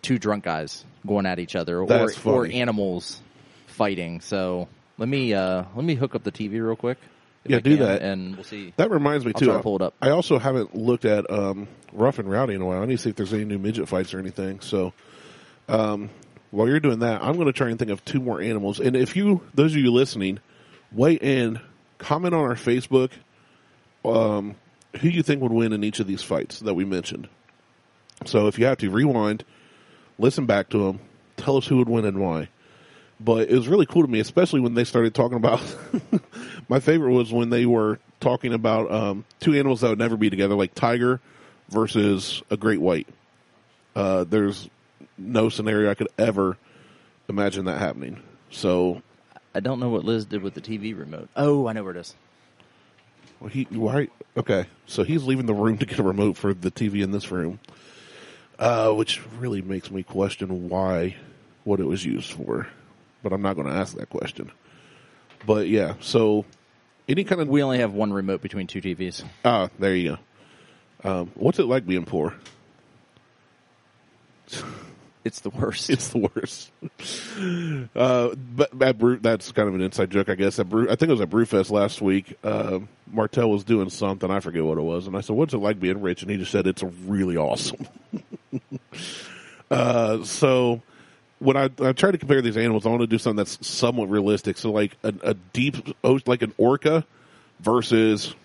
two drunk guys going at each other,
That's
or or
funny.
animals fighting. So let me uh, let me hook up the TV real quick. if
Yeah,
I
do
can,
that.
and we'll see.
That reminds me
I'll
too.
try to pull it up.
I also haven't looked at um, Rough and Rowdy in a while. I need to see if there's any new midget fights or anything. So, um, while you're doing that, I'm going to try and think of two more animals. And if you, those of you listening, weigh in, comment on our Facebook, um, who you think would win in each of these fights that we mentioned. So if you have to rewind, listen back to them, tell us who would win and why. But it was really cool to me, especially when they started talking about. my favorite was when they were talking about um, two animals that would never be together, like tiger versus a great white. Uh, there's no scenario I could ever imagine that happening. So
I don't know what Liz did with the TV remote. Oh, I know where it is.
Well, he why? Okay, so he's leaving the room to get a remote for the TV in this room, uh, which really makes me question why, what it was used for. But I'm not going to ask that question. But yeah, so any kind of
We only have one remote between two TVs.
ah, there you go. Um, what's it like being poor?
It's the worst.
It's the worst. Uh, but at Brew, that's kind of an inside joke, I guess. At Brew, I think it was at Brewfest last week. Uh, Martel was doing something. I forget what it was. And I said, what's it like being rich? And he just said, it's really awesome. uh, so when I, I try to compare these animals, I want to do something that's somewhat realistic. So like a, a deep, o- like an orca versus,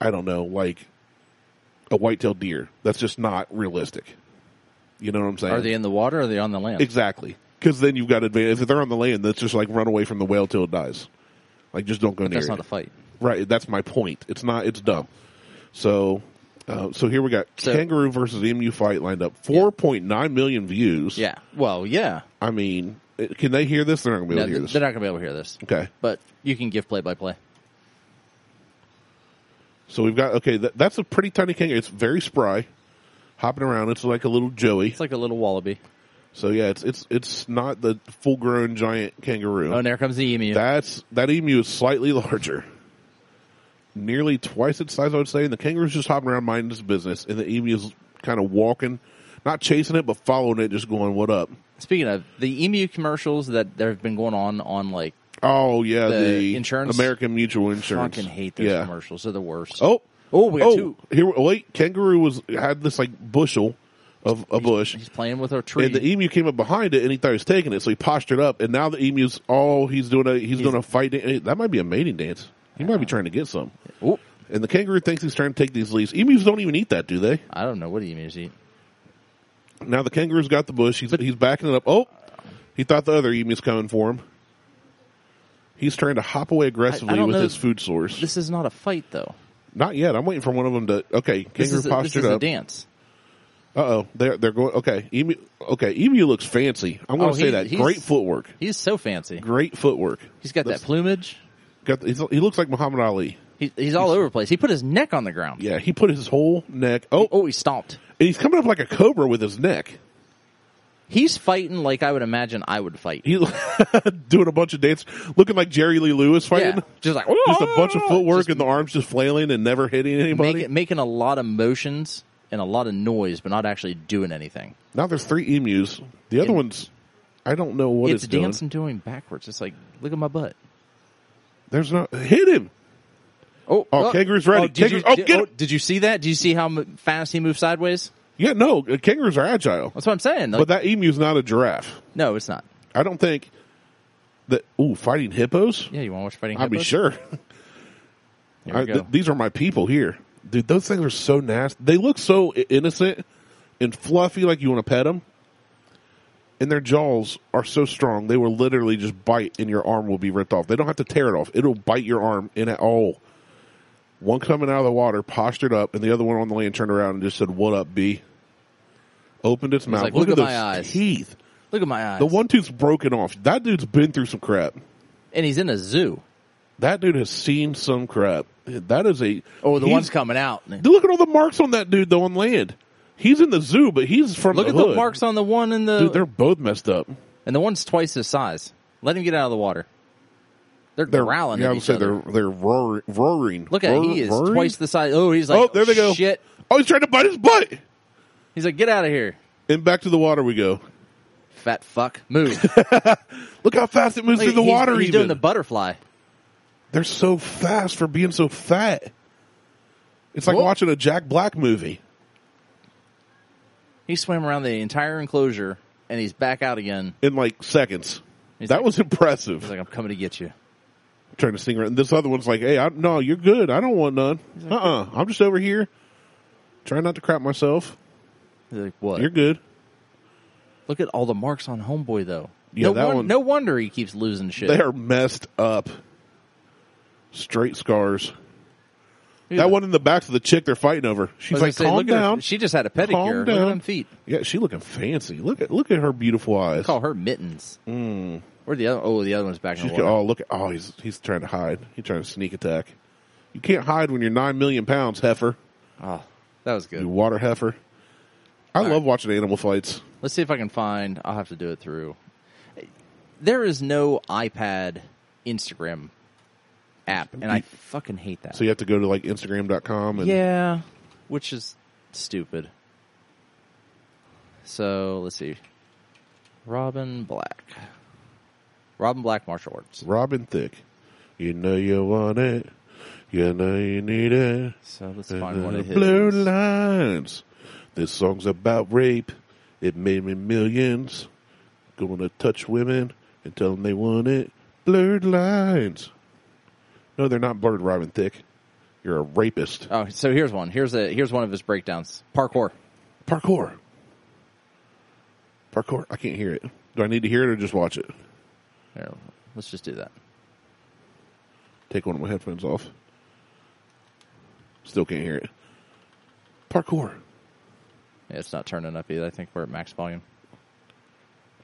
I don't know, like a white-tailed deer. That's just not realistic. You know what I'm saying?
are they in the water? Or are they on the land?
Exactly. Because then you've got advantage. If they're on the land, that's just like run away from the whale till it dies. Like just don't go near
That's
it.
not a fight.
right. That's my point. It's not. It's dumb. So, uh, so here we got
So-
kangaroo versus emu fight lined up. Four point nine million views.
Yeah. Well, yeah.
I mean, it- can they hear this? They're not gonna be
No,
able to hear
th-
this.
they're not going to be able to hear this.
okay.
But you can give play by play.
So we've got okay. That, that's a pretty tiny kangaroo. It's very spry, hopping around. It's like a little joey.
It's like a little wallaby.
So yeah, it's it's it's not the full grown giant kangaroo.
Oh, and there comes the emu.
That's that emu is slightly larger, nearly twice its size. I would say, and the kangaroo's just hopping around minding its business, and the emu is kind of walking, not chasing it, but following it, just going, "What up?"
Speaking of the emu commercials that there have been going on on like
Oh yeah, the,
The insurance?
American Mutual Insurance.
fucking hate those
yeah.
commercials. They're the worst.
Oh,
Oh, we got
oh,
two.
Here, wait, kangaroo was had this like bushel of a bush.
he's playing with a tree.
And the emu came up behind it, and he thought he was taking it, so he postured up. And now the emu's all he's doing a he's, doing a fight. dan- That might be a mating dance. He might be trying to get some.
Oh,
And the kangaroo thinks he's trying to take these leaves. Emus don't even eat that, do they?
I don't know what emus eat.
Now the kangaroo's got the bush. He's he's backing it up. Oh, he thought the other emu's coming for him. He's trying to hop away aggressively
don't
with
know-
his food source.
This is not a fight though.
Not yet. I'm waiting for one of them to. Okay,
This
kangaroo
is a, this
postured
is a
up. Uh
dance.
oh, they're they're going. Okay, emu. Okay, emu looks fancy. I'm going
Oh,
to
he-
say that.
he's-
Great footwork.
He's so fancy.
Great footwork.
He's got that
That's-
plumage.
Got the, he's, he looks like Muhammad Ali.
He, he's all over the place. He put his neck on the ground.
Yeah, he put his whole neck. Oh,
Oh, he stomped.
and he's coming up like a cobra with his neck.
He's fighting like I would imagine I would fight.
He's doing a bunch of dance, looking like Jerry Lee Lewis fighting.
Yeah, just like
just a bunch of footwork
Just
and the arms just flailing and never hitting anybody.
making, making a lot of motions and a lot of noise, but not actually doing anything.
Now there's three emus. The other
And-
one's, I don't know what it's,
it's dancing doing backwards. It's like look at my butt.
doing. There's not hit him.
Oh,
Oh, kangaroo's ready.
did
Kangaroo- oh,
you, did,
get him.
did you see that? Did you see how m- fast he moved sideways?
Yeah, no, uh, kangaroos are agile,
That's what I'm saying. Like,
but that emu's not a giraffe.
no, it's not.
I don't think that. Ooh, fighting hippos.
Yeah, you want to watch fighting?
I'll be
Hippos?
sure. Uh,
Here we
I-
go.
th- these are my people here, dude. Those things are so nasty. They look so i- innocent and fluffy, like you want to pet them. And their jaws are so strong; they will literally just bite, and your arm will be ripped off. They don't have to tear it off; it'll bite your arm in at all. One coming out of the water, postured up, and the other one on the land turned around and just said, "What up, B?" Opened its mouth.
like,
look,
"Look
at,
at my
those
eyes."
teeth.
Look at my eyes.
The one tooth's broken off. That dude's been through some crap.
and he's in a zoo.
That dude has seen some crap. That is a
Oh, the
he's-
one's coming out.
Dude, Look at all the marks on that dude though on land. He's in the zoo, but he's from
Look
the
at the
hood.
marks on the one and the
Dude, they're both messed up.
and the one's twice his size. Let him get out of the water. They're,
They're
growling
Yeah,
at
I would
each
say
other.
they're they're roaring. roaring
Look at
Roar-
he is
roaring?
twice the size. Oh, he's like,
Oh, there they go.
Shit.
Oh, he's trying to bite his butt.
He's like, get out of here,
And back to the water we go.
fat fuck. Move
Look how fast it moves
Look,
through the
he's-
water.
He's
even
doing the butterfly.
they're so fast for being so fat. It's like
Whoa.
watching a Jack Black movie.
He swam around the entire enclosure and he's back out again.
in like seconds.
He's
that
like-
was impressive.
He's like, I'm coming to get you.
Trying to sing around. And this other one's like, hey, I, no, you're good. I don't want none. uh uh. I'm just over here trying not to crap myself.
He's like, what?
You're good.
Look at all the marks on Homeboy though.
Yeah,
no,
that
won-
one-
no wonder he keeps losing shit.
They are messed up. Straight scars. That one in the back's of the chick they're fighting over. She's
I
like,
was gonna say,
calm
look at her-
down.
she just had a pedicure.
Calm
Look at
down.
them feet.
yeah, she looking fancy. Look at look at her beautiful eyes.
Call her mittens. Mm. Or the other? Oh, the other one's back in
Hmm. She's
the
go,
water.
oh look! at- Oh, he's he's trying to hide. He's trying to sneak attack. You can't hide when you're nine million pounds, heifer.
Oh, that was
You
good.
water heifer. I love watching animal fights.
Let's see if I can find. I'll have to do it through. There is no iPad Instagram app, and I fucking hate that.
So you have to go to like Instagram.com and
yeah, which is stupid. So let's see. Robin Black. Robin Black Martial Arts.
Robin Thicke. You know you want it. You know you need it.
So let's find one
The
of his.
blue lines. This song's about rape. It made me millions. Going to touch women and tell them they want it. Blurred lines. No, they're not blurred, Robin Thicke. You're a rapist.
Oh, so here's one. Here's a here's one of his breakdowns. Parkour.
Parkour. Parkour. I can't hear it. Do I need to hear it or just watch it?
Here, let's just do that.
Take one of my headphones off. Still can't hear it. Parkour.
Yeah, it's not turning up either. I think we're at max volume.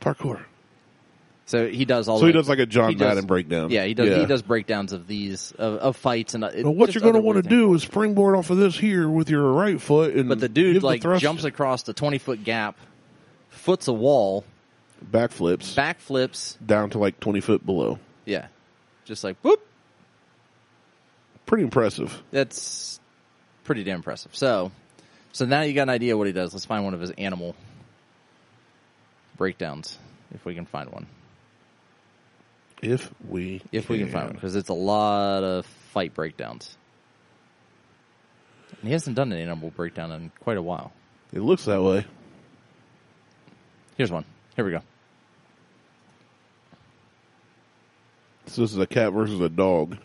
Parkour.
So he does all.
So he
the-
does like a John
he does-
Madden breakdown.
Yeah, he does.
Yeah.
He does breakdowns of these of, of fights and uh, it-
Now, what
just
you're going to
other
want
weird
to
things.
do is springboard off of this here with your right foot, and
But the
give
dude like
thrust-
jumps across the twenty foot gap, foots a wall,
backflips
backflips.
down to like 20 foot below.
Yeah, just like whoop.
Pretty impressive.
That's pretty damn impressive. So, so now you got an idea what he does. Let's find one of his animal breakdowns if we can find one.
If we
If we can find one, because it's a lot of fight breakdowns. And he hasn't done an animal breakdown in quite a while.
it looks that way.
Here's one. Here we go.
So this is a cat versus a dog.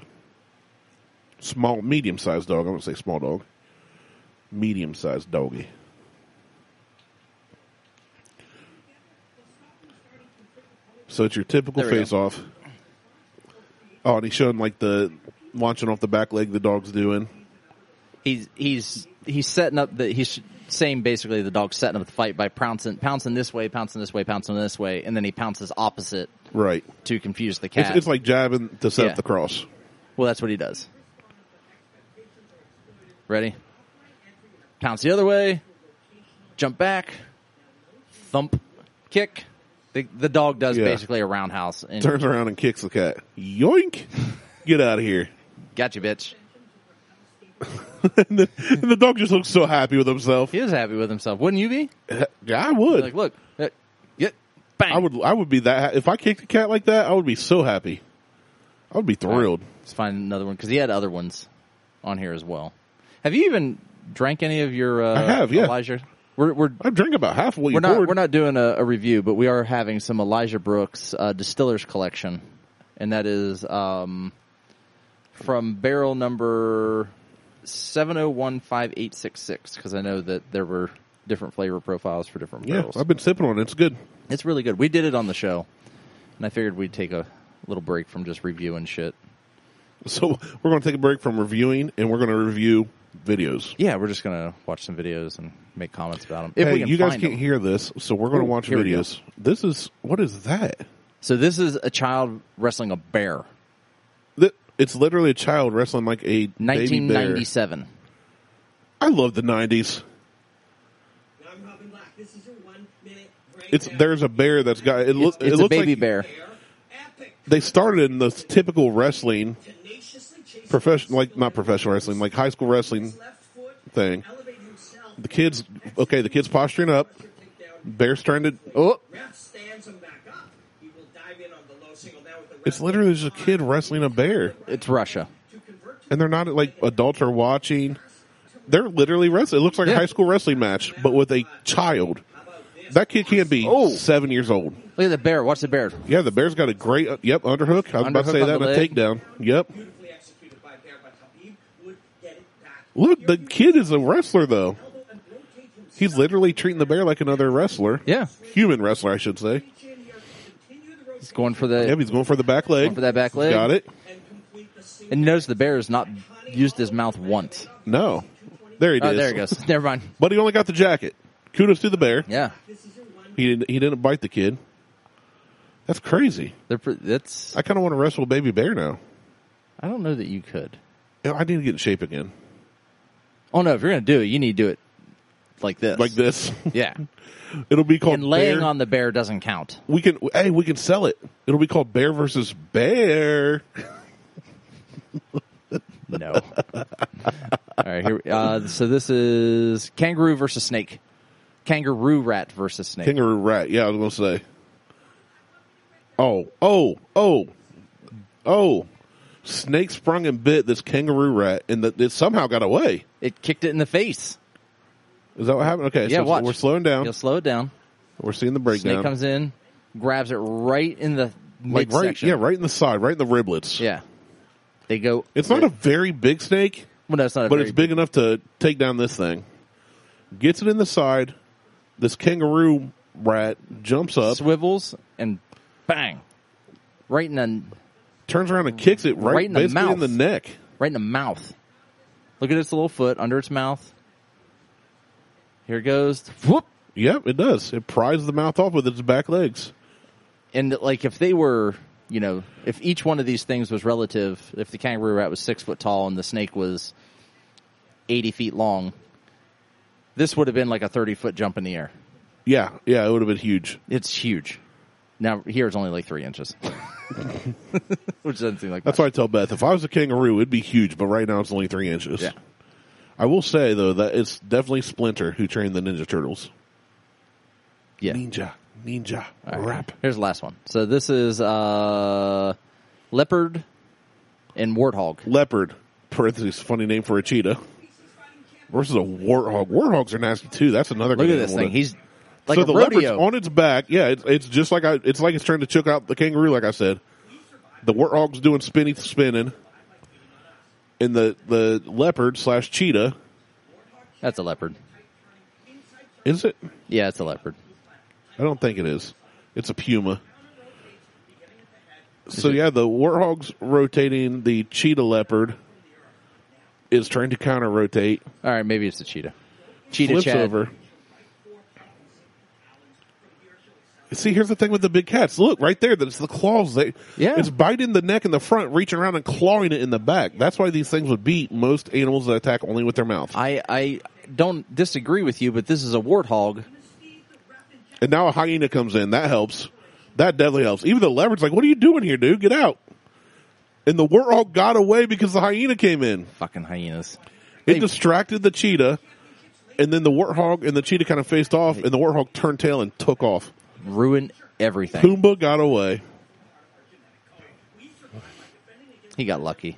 Small, medium sized dog. I wouldn't say small dog. Medium sized doggy. So it's your typical
There we go.
face off. Oh, and he's showing like the launching off the back leg the dog's doing.
He's he's he's setting up the he's saying basically the dog's setting up the fight by pouncing pouncing this way, pouncing this way, pouncing this way, and then he pounces opposite
Right.
to confuse the
It's,
cat.
it's like jabbing to set
Yeah.
up the cross.
well, that's what he does. Ready? Pounce the other way. Jump back. Thump. Kick. The, the dog does
Yeah.
basically a roundhouse and
Turns around and kicks the cat. Yoink! Get out of here.
got you, bitch.
And, then, and the dog just looks so happy with himself.
He was happy with himself, wouldn't you be?
Yeah, I would.
Like, look, eh, get bang.
I would I would be that ha- if I kicked a cat like that, I would be so happy. I would be thrilled.
Let's find another one because he had other ones on here as well. Have you even drank any of your? Uh,
I have, yeah.
Elijah, we're we're
I drink about half of what
we're
you
not
poured.
we're not doing a, a review, but we are having some Elijah Brooks uh, Distillers Collection, and that is um, from barrel number seven zero one five eight six six. Because I know that there were different flavor profiles for different
yeah,
barrels.
I've been sipping on it. It's good.
It's really good. We did it on the show, and I figured we'd take a little break from just reviewing shit.
So we're going to take a break from reviewing, and we're going to review videos.
Yeah, we're just gonna watch some videos and make comments about them.
hey, you guys can't
them.
hear this, so we're going to
Ooh,
watch
here we go.
videos. This is what is that?
So this is a child wrestling a bear,
Th- It's literally a child wrestling like a baby bear.
1997.
I love the nineties.
I'm Robin Black. This is your one minute break.
It's there's a bear that's got it. Lo-
It's,
it
it's a
looks
baby
like
bear.
Epic.
They started in the typical wrestling,
Tenaciously chasing.
professional like not professional wrestling, like high school wrestling
His left foot.
thing.
Elevate himself.
The kids, okay, the kids posturing up.
Takedown.
Bear stranded. Oh,
Ref stands him back up. He will dive in on the low single down with the
it's
left
literally just a kid wrestling a bear,
It's Russia.
to convert to
and they're not like adults are watching. They're literally wrestling. It looks like a
Yeah.
high school wrestling match, but with a child. That kid can't be
Oh.
seven years old.
Look at the bear. Watch the bear.
Yeah, the bear's got a great uh, yep underhook. I was about
Underhook
to say
on
that in
the
a
leg.
takedown. Yep.
beautifully executed by Bear, but Habib would get it back.
Look, the kid is a wrestler though.
Elbow and rotate himself.
He's literally treating the bear like another wrestler.
Yeah.
Human wrestler, I should say.
Reach in here, continue the
He's going
rotation
for the.
Yep, he's going for the back leg.
Going for that back leg.
Got it.
and complete the
And you notice the bear has not used his mouth once.
No. There he
Oh,
is.
there it goes. Never mind.
But he only got the jacket. Kudos to the bear.
Yeah,
He didn't, he didn't bite the kid. That's crazy.
they're. Pre- that's.
I kind of want to wrestle a baby bear now.
I don't know that you could.
You know, I need to get in shape again.
Oh no! If you're gonna do it, you need to do it like this.
Like this.
Yeah.
It'll be called
And laying
bear.
on the bear doesn't count.
We can hey, we can sell it. It'll be called Bear versus Bear.
No. All right. Here. Uh, so this is kangaroo versus snake. Kangaroo rat versus snake.
Kangaroo rat. Yeah, I was gonna say. Oh, oh, oh, oh! Snake sprung and bit this kangaroo rat, and that it somehow got away.
it kicked it in the face.
Is that what happened? Okay,
Yeah.
so
watch.
we're slowing down.
You'll slow it down.
We're seeing the
Snake
breakdown.
comes in, grabs it right in the
like right,
midsection.
yeah, right in the side, right in the riblets.
Yeah. They go.
it's not a very big snake,
Well, no, it's not. A
but
very
it's big enough to take down this thing. Gets it in the side. This kangaroo rat jumps up,
Swivels and bang, right in the
turns around and kicks it right,
Right in the
basically in
mouth.
the neck.
right in the mouth. Look at its little foot under its mouth. Here it goes. Whoop.
Yep, it does. It pries the mouth off with its back legs.
And like if they were, you know, if each one of these things was relative, if the kangaroo rat was six foot tall and the snake was eighty feet long, this would have been like a thirty foot jump in the air.
Yeah, yeah, it would have been huge.
It's huge. Now here it's only like three inches, which doesn't seem like
That's
much.
why I tell Beth if I was a kangaroo, it'd be huge. But right now, it's only three inches.
Yeah.
I will say though that it's definitely Splinter who trained the Ninja Turtles.
yeah.
Ninja, ninja,
All right.
rap.
Here's the last one. So this is uh, leopard and warthog.
Leopard, parentheses, funny name for a cheetah, versus a warthog. Warthogs are nasty too. That's another.
Look
good
at this
animal
thing.
to-
He's like
so
a
the leopard's
rodeo.
on its back. Yeah, it's, it's just like I. It's like it's trying to choke out the kangaroo. Like I said, the warthog's doing spinny spinning, and the the leopard slash cheetah
That's a leopard.
is it?
Yeah, it's a leopard.
I don't think it is. It's a puma. So yeah, the warthog's rotating. The cheetah leopard is trying to counter rotate.
All right, maybe it's a cheetah. Cheetah
Flips
Chad.
over. See, here's the thing with the big cats. Look right there. That's the claws. They,
Yeah.
it's biting the neck in the front, reaching around and clawing it in the back. That's why these things would beat most animals that attack only with their mouth.
I I don't disagree with you, but this is a warthog.
And now a hyena comes in. That helps. That definitely helps. Even the leopard's like, "What are you doing here, dude? Get out!" And the warthog got away because the hyena came in.
Fucking hyenas.
It
They-
distracted the cheetah, and then the warthog and the cheetah kind of faced off, and the warthog turned tail and took off.
Ruin everything.
Pumbaa got away.
He got lucky.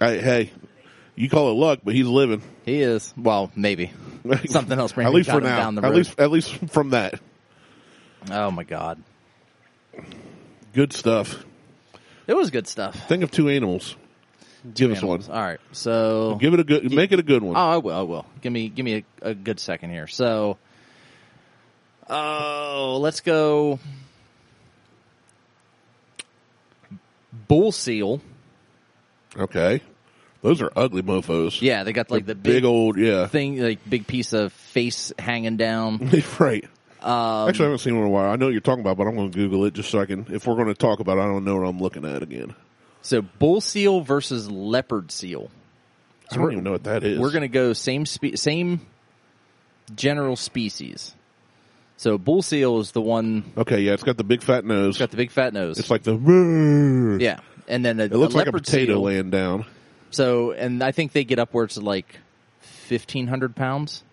I, hey, you call it luck, but he's living.
He is. Well, maybe. Something else.
at
Brandon
least
got
for
him
now.
Down the
at
road.
least, at least from that.
Oh my god.
Good stuff.
It was good stuff.
Think of two animals. Give us
Animals. Uh-huh.
one.
All right. So
Give it a good. Make it a good one.
Oh, I will. I will. Give me give me a, a good second here. So, oh, let's go. Bull seal.
Okay. Those are ugly mofo's.
Uh-huh. Yeah, they got like the,
big,
big,
old yeah.
thing, like big piece of face hanging down.
right.
Um,
Actually, I haven't seen one in a while. I know what you're talking about, but I'm going to Google it just so I can. If we're going to talk about, it, I don't know what I'm looking at again.
So, bull seal versus leopard seal.
I don't even know what that is.
We're gonna go same spe- same general species. So, bull seal is the one
Okay, yeah, it's got the big fat nose.
got the big fat nose.
it's like the. Yeah.
yeah, and then a,
Hmm. It looks like a
leopard
potato
seal-
laying down.
So, and I think they get upwards of like fifteen hundred pounds.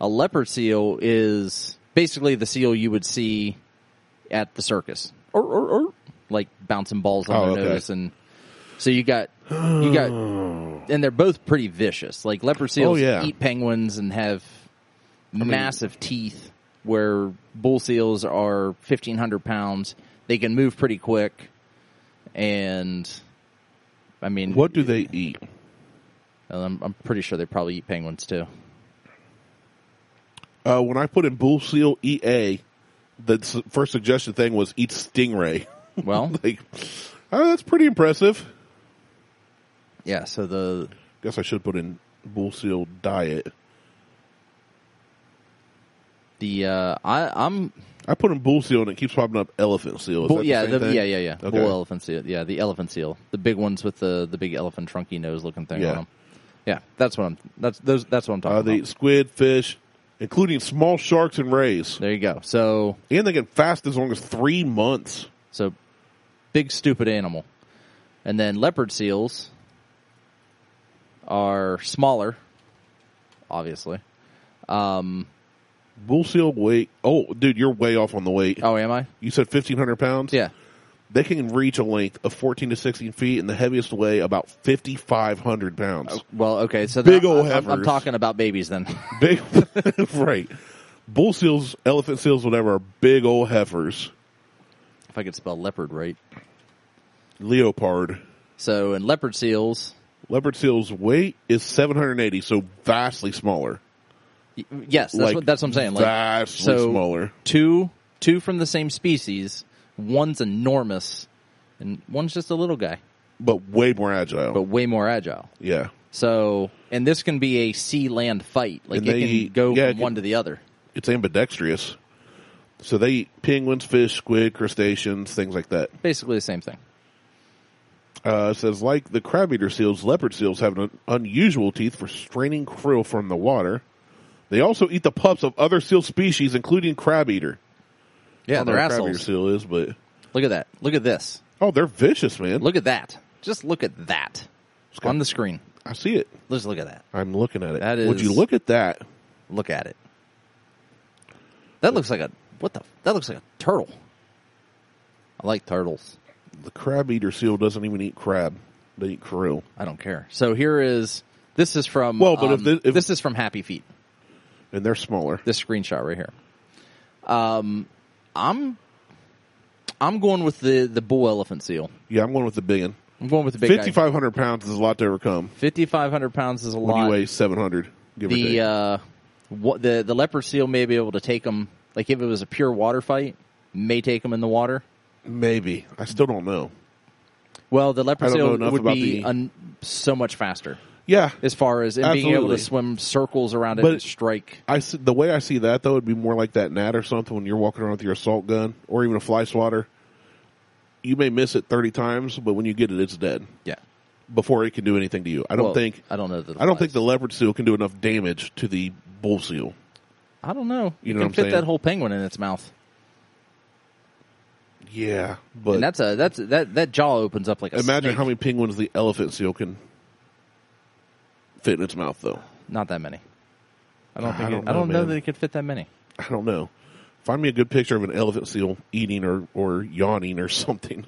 A leopard seal is basically the seal you would see at the circus, or or, or like bouncing balls on
Oh,
their
okay.
nose, and so you got you got, and they're both pretty vicious. Like leopard seals
Oh. yeah.
eat penguins and have massive teeth, where bull seals are fifteen hundred pounds. They can move pretty quick, and I mean,
What do they eat?
and I'm, I'm pretty sure they probably eat penguins too.
Uh, when I put in bull seal E EA, the s- first suggested thing was eat stingray.
Well,
like, Oh, that's pretty impressive.
Yeah, so the
Guess I should put in bull seal diet.
the uh, I I'm
I put in bull seal and it keeps popping up elephant seal. Is
bull,
that
yeah
the, same thing?
yeah yeah yeah
Okay.
bull elephant seal yeah the elephant seal the big ones with the the big elephant trunky nose looking thing
Yeah.
on them. Yeah, that's what I'm that's those that's what I'm talking
Uh, they
about.
eat squid, fish, including small sharks and rays,
There you go. So
and they can fast as long as three months.
So big stupid animal. And then leopard seals are smaller, obviously.
Bull seal weight. Oh, dude, you're way off on the weight.
Oh, am I?
You said fifteen hundred pounds.
Yeah.
they can reach a length of fourteen to sixteen feet, and the heaviest weigh about fifty five hundred pounds.
Well, okay. So
Big
then
ol'
I- I'm, I'm
heifers.
talking about babies then.
Big, right? Bull seals, elephant seals, whatever, are big old heifers.
if I could spell leopard right.
Leopard,
So in leopard seals,
leopard seals' weight is seven hundred eighty, so vastly smaller.
y- yes, that's
Like,
what that's what I'm saying. Like
vastly
so
smaller.
Two two from the same species. One's enormous, and one's just a little guy,
but way more agile.
but way more agile.
yeah,
So, and this can be a sea land fight. Like
And
it
they-
can go
yeah, it
from
can-
one to the other.
it's ambidextrous. So they eat penguins, fish, squid, crustaceans, things like that.
Basically, the same thing.
Uh, it says like the crab eater seals, leopard seals have an unusual teeth for straining krill from the water. They also eat the pups of other seal species, including crab eater.
Yeah,
I don't know
they're
what crab eater
assholes.
seal is, but
Look at that. Look at this.
oh, they're vicious, man.
Look at that. Just look at that
got-
on the screen.
I see it.
Let's look at that.
I'm looking at it.
That
Would
is-
you look at that?
Look at it. That looks like a what the? That looks like a turtle. I like turtles.
The crab eater seal doesn't even eat crab; they eat krill.
I don't care. So here is this is from
Well, but if
um,
the- if-
this is from Happy Feet.
and they're smaller.
this screenshot right here. Um, I'm I'm going with the the bull elephant seal.
Yeah, I'm going with the billion.
I'm going with the big
Fifty five hundred pounds is a lot to overcome.
Fifty five hundred pounds is a
When you
lot.
weigh seven hundred, give or
The
take.
uh, what the the leopard seal may be able to take them. Like if it was a pure water fight, may take them in the water.
Maybe I still don't know.
Well, the
I
leopard
don't know
seal
enough
would
about
be
the-
un, so much faster
Yeah,
as far as and being able
Absolutely.
to swim circles around it
But-
and strike.
I see, the way I see that though, it'd be more like that gnat or something when you're walking around with your assault gun or even a fly swatter. You may miss it thirty times, but when you get it, it's dead
Yeah,
before it can do anything to you. I don't
Well,
think
I don't know. That
I don't think the leopard seal can do enough damage to the bull seal.
I don't know.
You
You,
know what
can
I'm
fit
saying?
that whole penguin in its mouth.
Yeah, but
and that's a that's that that jaw opens up like a
imagine
snake.
how many penguins the elephant seal can fit in its mouth, though.
not that many. I don't
I
think it- I
don't
don't,
know,
know,
man.
that it could fit that many.
I don't know. Find me a good picture of an elephant seal eating or, or yawning or something.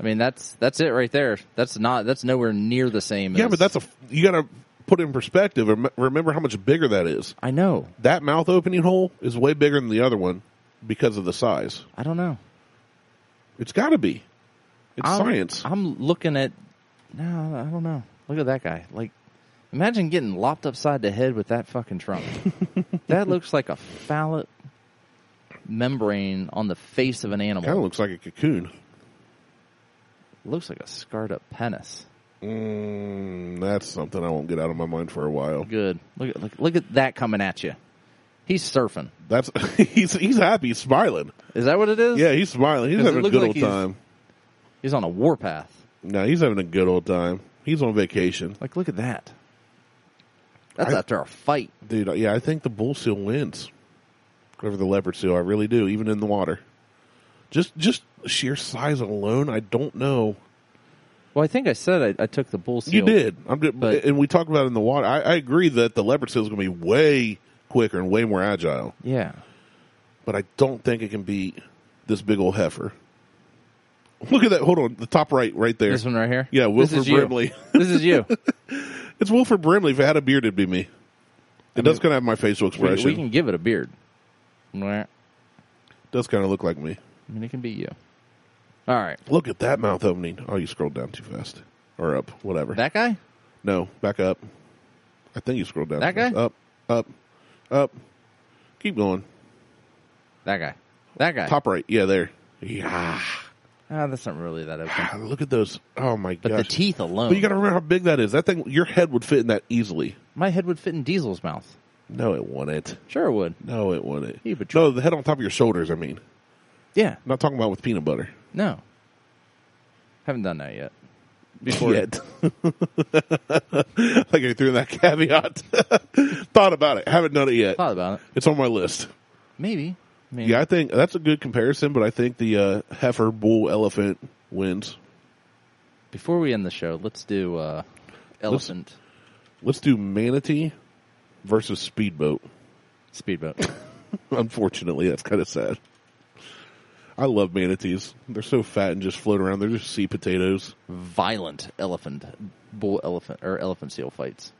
I mean that's that's it right there. That's not that's nowhere near the same.
Yeah,
as,
but that's a you got to put it in perspective. Rem- Remember how much bigger that is.
I know.
That mouth opening hole is way bigger than the other one because of the size.
I don't know.
It's got to be. It's
I'm-
science.
I'm looking at no. I don't know. Look at that guy. Like imagine getting lopped upside the head with that fucking trunk. that looks like a phallic membrane on the face of an animal.
Kind of looks like a cocoon. Oh.
looks like a scarred up penis.
Mm, that's something I won't get out of my mind for a while.
Good. Look at look, look at that coming at you. He's surfing.
That's he's he's happy, he's smiling.
Is that what it is?
Yeah, he's smiling. He's
Does it
having a
look
good
like
old
he's-
time.
He's on a warpath.
No, he's having a good old time. He's on vacation,
Like, look at that. That's
I-
after a fight.
dude. Yeah, I think the bull seal wins over the leopard seal. I really do, even in the water. Just just sheer size alone, I don't know.
Well, I think I said I, I took the bull seal.
You did. I'm good,
But-
and we talked about it in the water. I, I agree that the leopard seal is going to be way quicker and way more agile,
Yeah.
but I don't think it can beat this big old heifer. Look at that! Hold on, the top right, right there.
This one right here?
Yeah,
This
Wilford
is you.
Brimley.
This is you.
It's Wilford Brimley. If I had a beard, it'd be me. It does kind of have my facial
we,
expression.
we can give it a beard. Meh.
does kind of look like me.
I mean, it can be you. All right.
Look at that mouth opening. Oh, you scrolled down too fast. Or up, whatever.
That guy?
no, back up. I think you scrolled down.
That
too fast.
guy?
Up, up, up. Keep going.
That guy. That guy.
Top right. Yeah, there. Yeah.
Ah, that's not really that open.
God, look at those. Oh my
But
gosh.
the teeth alone.
But you got to remember how big that is. That thing, your head would fit in that easily.
My head would fit in Diesel's mouth.
No, it wouldn't.
Sure it would.
No, it wouldn't.
He would try.
No, the head on top of your shoulders. I mean, I'm
Yeah.
not talking about with peanut butter
No. Haven't done that yet. Before
yet. like I threw that caveat. Thought about it. Haven't done it yet.
thought about it.
It's on my list.
Maybe. Maybe.
Yeah, I think that's a good comparison, but I think the uh, heifer, bull, elephant wins.
Before we end the show, let's do uh elephant
Let's do manatee versus speedboat.
speedboat.
Unfortunately, that's kind of sad. I love manatees. They're so fat and just float around. They're just sea potatoes.
Violent elephant bull elephant or elephant seal fights.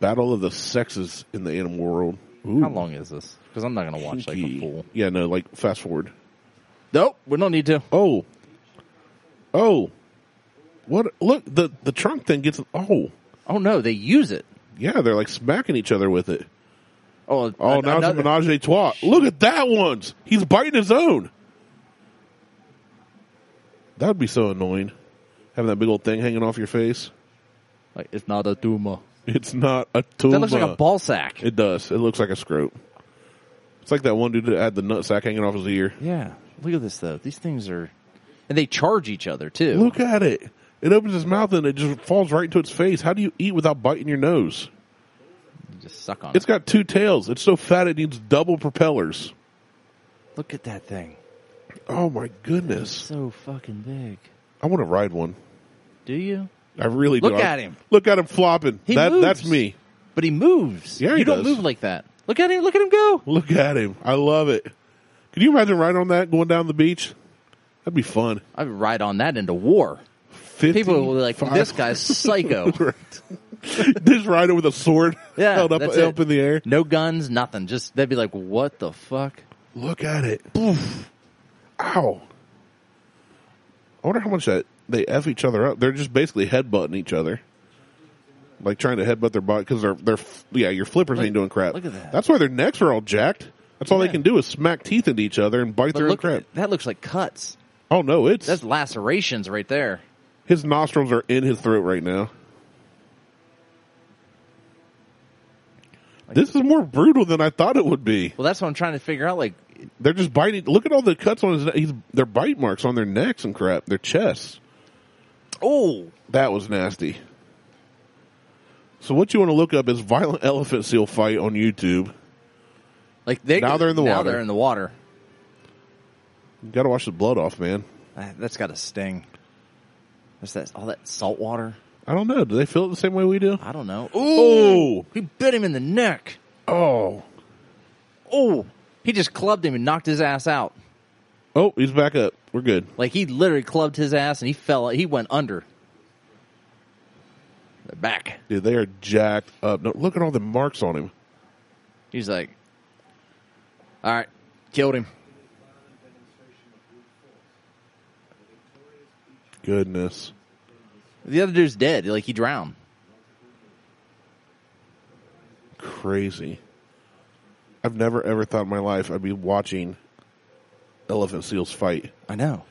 Battle of the sexes in the animal world. Ooh,
How long is this? Because I'm not gonna watch like
kinky.
a full.
Yeah, no, like fast forward.
Nope, we don't need to.
Oh, oh, what? Look, the the trunk thing gets. Oh,
Oh no, they use it.
yeah, they're like smacking each other with it.
Oh,
Oh,
an-
now it's a
another-
menage a trois. Look at that one's. He's biting his own. That would be so annoying. Having that big old thing hanging off your face.
Like it's not a duma.
It's not a tumor.
That looks like a ball sack.
It does. It looks like a scrote. It's like that one dude that had the nut sack hanging off his ear.
yeah. Look at this though. These things are, and they charge each other too.
Look at it. It opens its mouth and it just falls right into its face. How do you eat without biting your nose?
You just suck on
It's
it.
got two tails. It's so fat it needs double propellers.
Look at that thing.
Oh my goodness.
So fucking big.
I want to ride one.
Do you?
I really do.
Look
I-
at him.
Look at him flopping.
He
that
moves.
that's me.
But he moves.
Yeah, he
you don't
does.
move like that. Look at him. Look at him go.
Look at him. I love it. Can you imagine riding on that going down the beach? That'd be fun.
I would ride on that into war.
50,
People will be like, "This guy's psycho."
Just ride it with a sword
Yeah,
held up,
that's it.
up in the air.
No guns, nothing. Just they'd be like, "What the fuck?"
Look at it. Ow. I wonder how much that they f each other up. They're just basically headbutting each other, like trying to headbutt their butt because they're they're f- yeah your flippers
Look-
ain't doing crap.
look at that.
That's why their necks are all jacked. That's all
Yeah.
they can do is smack teeth into each other and bite
But
their
look,
own crap.
that looks like cuts.
Oh no, it's
That's lacerations right there.
his nostrils are in his throat right now. This is more brutal than I thought it would be.
Well, that's what I'm trying to figure out. Like,
They're just biting. Look at all the cuts on his. ne- He's they're bite marks on their necks and crap. Their chests.
oh,
That was nasty. So what you want to look up is violent elephant seal fight on YouTube.
like they
Now they're in the
now
water.
They're in the water.
You got to wash the blood off, man.
Ah, That's got a sting. What's that? All that salt water.
I don't know. Do they feel it the same way we do?
I don't know.
Ooh.
he bit him in the neck.
Oh,
Oh, he just clubbed him and knocked his ass out.
oh, he's back up. We're good.
Like he literally clubbed his ass and he fell. He went under. They're back.
Dude, they are jacked up. No, look at all the marks on him.
He's like, all right, killed him.
Goodness.
The other dude's dead. Like he drowned.
crazy. I've never ever thought in my life I'd be watching elephant seals fight.
I know.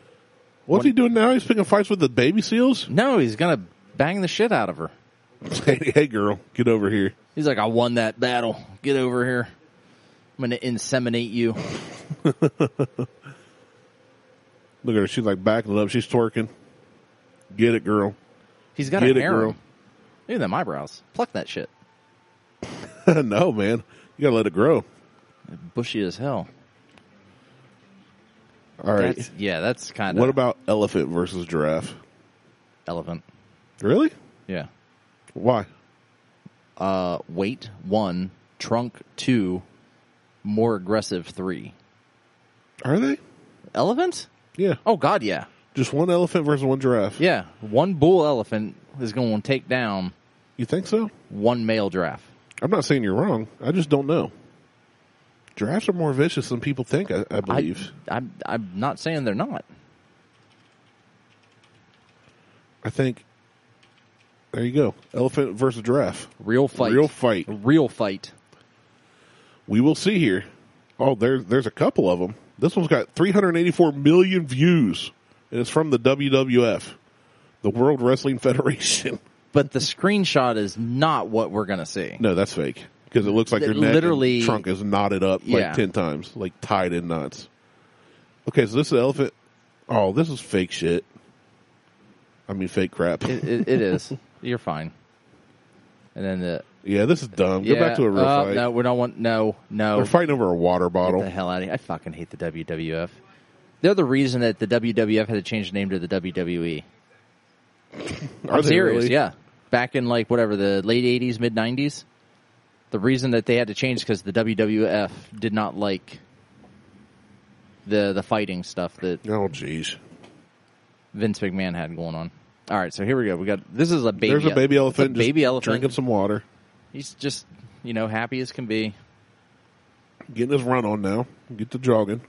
What's he doing now? He's picking fights with the baby seals.
No, he's gonna bang the shit out of her.
hey, hey, girl, get over here.
He's like, I won that battle. Get over here. I'm gonna inseminate you.
Look at her. She's like backing up. She's twerking. Get it, girl.
He's got
Get
a
it,
harem.
girl.
Look at them eyebrows. Pluck that shit.
no, man, you gotta let it grow.
Bushy as hell.
All right.
That's, yeah, that's kind of
what about elephant versus giraffe?
elephant.
Really?
Yeah.
Why?
Uh, weight one, trunk two, more aggressive three.
Are they?
Elephant?
Yeah.
Oh God, yeah,
Just one elephant versus one giraffe.
yeah. One bull elephant is going to take down
You think so?
one male giraffe.
I'm not saying you're wrong. I just don't know. Giraffes are more vicious than people think. I, I believe.
I, I'm, I'm not saying they're not.
I think. There you go. Elephant versus giraffe.
Real fight.
Real fight.
Real fight.
We will see here. Oh, there's there's a couple of them. This one's got 384 million views And it's from the WWF, the World Wrestling Federation.
But the screenshot is not what we're gonna see.
No, that's fake. Because it looks like your
It
neck
literally-
and trunk is knotted up
Yeah.
like 10 times, like tied in knots. Okay, so this is elephant. Oh, this is fake shit. I mean, fake crap.
It, it, it is. You're fine. And then the
yeah, this is dumb. Go
yeah,
back to a real
uh,
fight.
No, we don't want no no.
They're fighting over a water
Get the
bottle.
hell out of here. I fucking hate the WWF. They're the reason that the WWF had to change the name to the WWE.
Are
I'm
they
serious,
really?
yeah. Back in like whatever the late '80s, mid '90s, the reason that they had to change because the WWF did not like the the fighting stuff that
Oh, jeez.
Vince McMahon had going on. All right, so here we go. We got this is a baby.
There's a baby
it's a
elephant. just
baby elephant.
drinking some water,
He's just you know happy as can be.
getting his run on now. Get to jogging.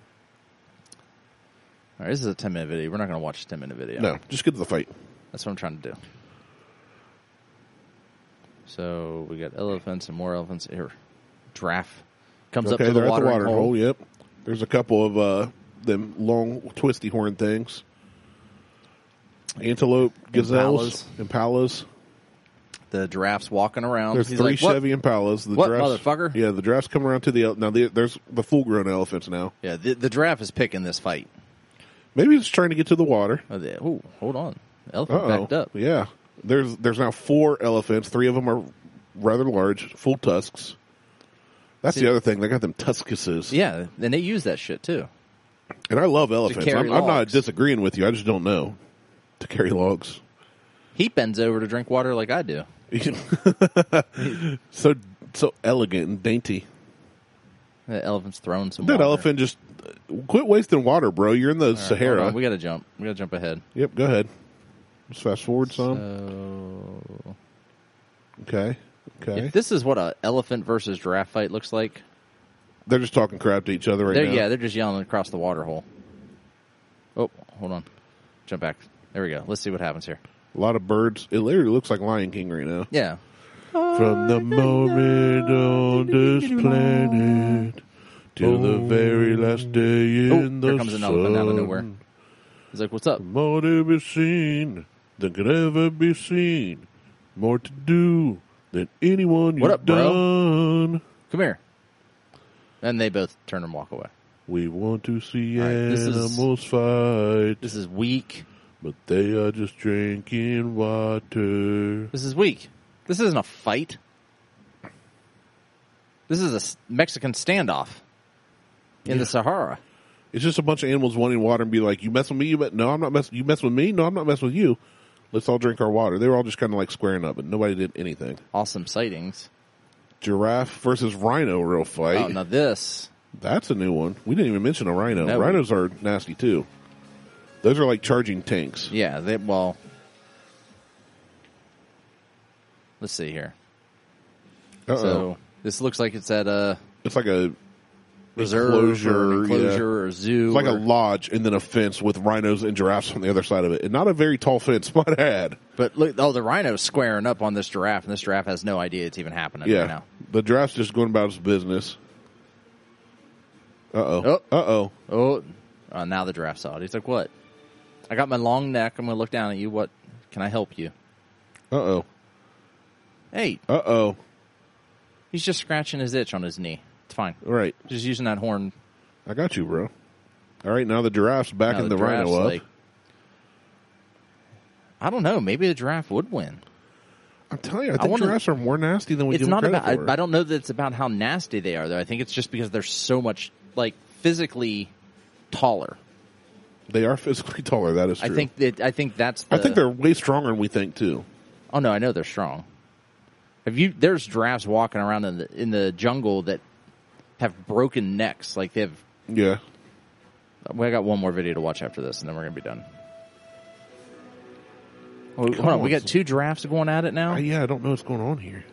All right, this is a ten minute video. We're not going to watch a ten minute video.
No, just get to the fight.
That's what I'm trying to do. So we got elephants and more elephants here. Giraffe comes up
Okay,
to the
they're at
water Oh,
the water Oh,
hole.
hole. Yep. There's a couple of uh, them long twisty horn things. Antelope, gazelles, impalas.
The giraffe's walking around.
There's
He's
three
like, "What?"
Chevy impalas. The
What,
giraffes-
motherfucker?
Yeah, the giraffes come around to the el- now. The, there's the full grown elephants now.
Yeah, the, the giraffe is picking this fight.
Maybe it's trying to get to the water.
Oh, the- ooh, hold on. Elephant
Uh-oh.
backed up.
Yeah. There's there's now four elephants. Three of them are rather large, full tusks. That's
See-
the other thing. They got them tuskuses.
Yeah, and they use that shit too.
And I love elephants.
carry
I'm, I'm not
logs.
disagreeing with you. I just don't know to carry logs.
He bends over to drink water like I do.
so so elegant and dainty.
The elephant's throwing some.
That
water.
elephant just quit wasting water, bro. You're in the
All right, hold
Sahara.
on, we got to jump. We got to jump ahead.
Yep, go ahead. Let's fast forward some.
So,
okay. Okay.
if this is what a elephant versus giraffe fight looks like,
they're just talking crap to each other right
they're,
now.
yeah, they're just yelling across the water hole. Oh, hold on. Jump back. There we go. Let's see what happens here.
A lot of birds. It literally looks like Lion King right now.
Yeah.
From the moment on this planet till the very last day
Oh,
in the
here comes an elephant out of
sun.
nowhere. He's like, "What's up?"
More to be seen than could ever be seen. More to do than anyone you've
What up, bro?
done.
Come here. And they both turn and walk away.
We want to see
All right, this is-
animals fight,
This is weak.
but they are just drinking water.
This is weak. This isn't a fight. This is a s- Mexican standoff in the Sahara.
It's just a bunch of animals wanting water and be like, "You mess with me, you bet. No, I'm not messing. You mess with me, no, I'm not messing with you. Let's all drink our water." They were all just kind of like squaring up, and nobody did anything.
Awesome sightings.
Giraffe versus rhino, real fight.
Oh, now this.
That's a new one. We didn't even mention a rhino.
No.
Rhinos are nasty too. Those are like charging tanks.
Yeah, they, well. Let's see here.
Uh-oh.
So this looks like it's at a
it's like a
reserve or an
Enclosure, yeah.
enclosure or a zoo.
it's like a
or-
lodge and then a fence with rhinos and giraffes on the other side of it, and not a very tall fence, might I add.
But look, oh, the rhino's squaring up on this giraffe, and this giraffe has no idea it's even happening
Yeah,
right now.
the giraffe's just going about its business. Uh oh. Uh oh.
Oh, uh, now the giraffe saw it. He's like, "What? I got my long neck. I'm going to look down at you. What can I help you?"
Uh oh.
Hey,
Uh oh.
he's just scratching his itch on his knee. It's fine.
All right,
Just using that horn.
I got you, bro. All right, now the giraffe's
Now
backing the,
uh, giraffe's
rhino up.
like- I don't know. Maybe the giraffe would win.
I'm telling you, I
I
think
wanna-
giraffes are more nasty than we
it's
give them
not
credit
about. I,
for.
I don't know that it's about how nasty they are, though. I think it's just because they're so much like physically taller.
They are physically taller. That is true.
I think that I think that's. The,
I think they're way stronger than we think too.
Oh no, I know they're strong. Have you? There's giraffes walking around in the in the jungle that have broken necks. Like they have.
Yeah.
We got one more video to watch after this, and then we're gonna be done. Oh, hold
Come
on, we
on.
got two giraffes going at it now.
I,
I
Oh, yeah, I don't know what's going on here.